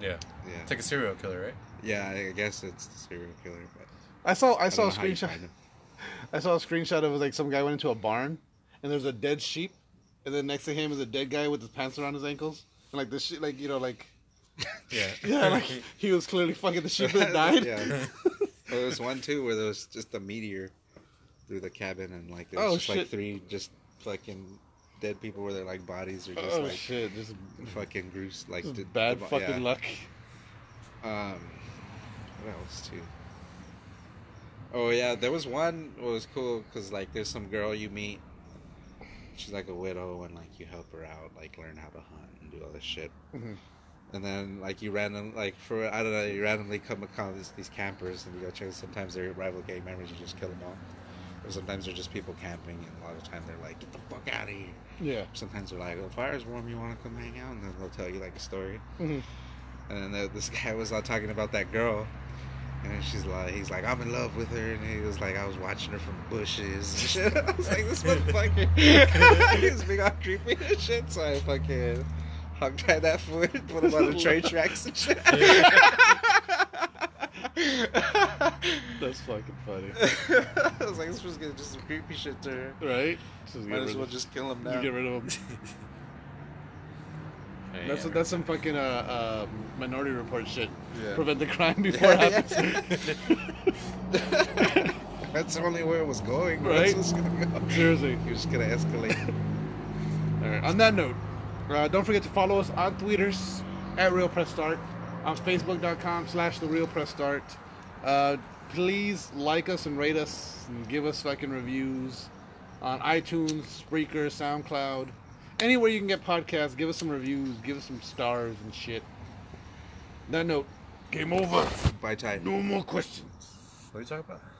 yeah. Yeah, It's like a serial killer, right? yeah. I guess it's the serial killer, but I saw I I saw a don't know how you screenshot. find him. I saw a screenshot of like some guy went into a barn, and there's a dead sheep, and then next to him is a dead guy with his pants around his ankles, and like this shit, like you know, like Yeah. yeah, like he was clearly fucking the sheep that died. yeah. Well, there was one too where there was just a meteor through the cabin and like there was Oh, just shit. like three just fucking dead people where their like bodies are just Oh like shit! Just fucking gruesome like just d- bad d- fucking yeah. luck. Um, what else too? Oh yeah, there was one. What was cool because like there's some girl you meet. She's like a widow, and like you help her out, like learn how to hunt and do all this shit. And then like you random like for I don't know you randomly come across these, these campers and you go check. Sometimes they're rival gang members, you just kill them all. Or sometimes they're just people camping, and a lot of time they're like, get the fuck out of here. Yeah. Sometimes they're like, the fire's warm, you want to come hang out? And then they'll tell you like a story. Mhm. And then the, this guy was all talking about that girl. And then she's like, he's like, I'm in love with her. And he was like, I was watching her from the bushes and shit. I was like, this motherfucker. he was being all creepy and shit. So I fucking hugged at that food, put him on the train tracks and shit. That's fucking funny, I was like, this was gonna just some creepy shit to her. right? Just get Might as rid well of- just kill him you now. get rid of him. Yeah, That's yeah. that's some fucking uh, uh, Minority Report shit. Yeah. Prevent the crime before it Yeah. happens. That's only where it was going. Right? That's what's gonna go. Seriously. You're just gonna escalate. All right. On that note, uh, don't forget to follow us on Twitters at Real Press Start, on Facebook.com slash The Real Press Start. Uh, please like us and rate us and give us fucking reviews on iTunes, Spreaker, SoundCloud, anywhere you can get podcasts. Give us some reviews, give us some stars and shit. On that note, game over. By time. No more questions. What are you talking about?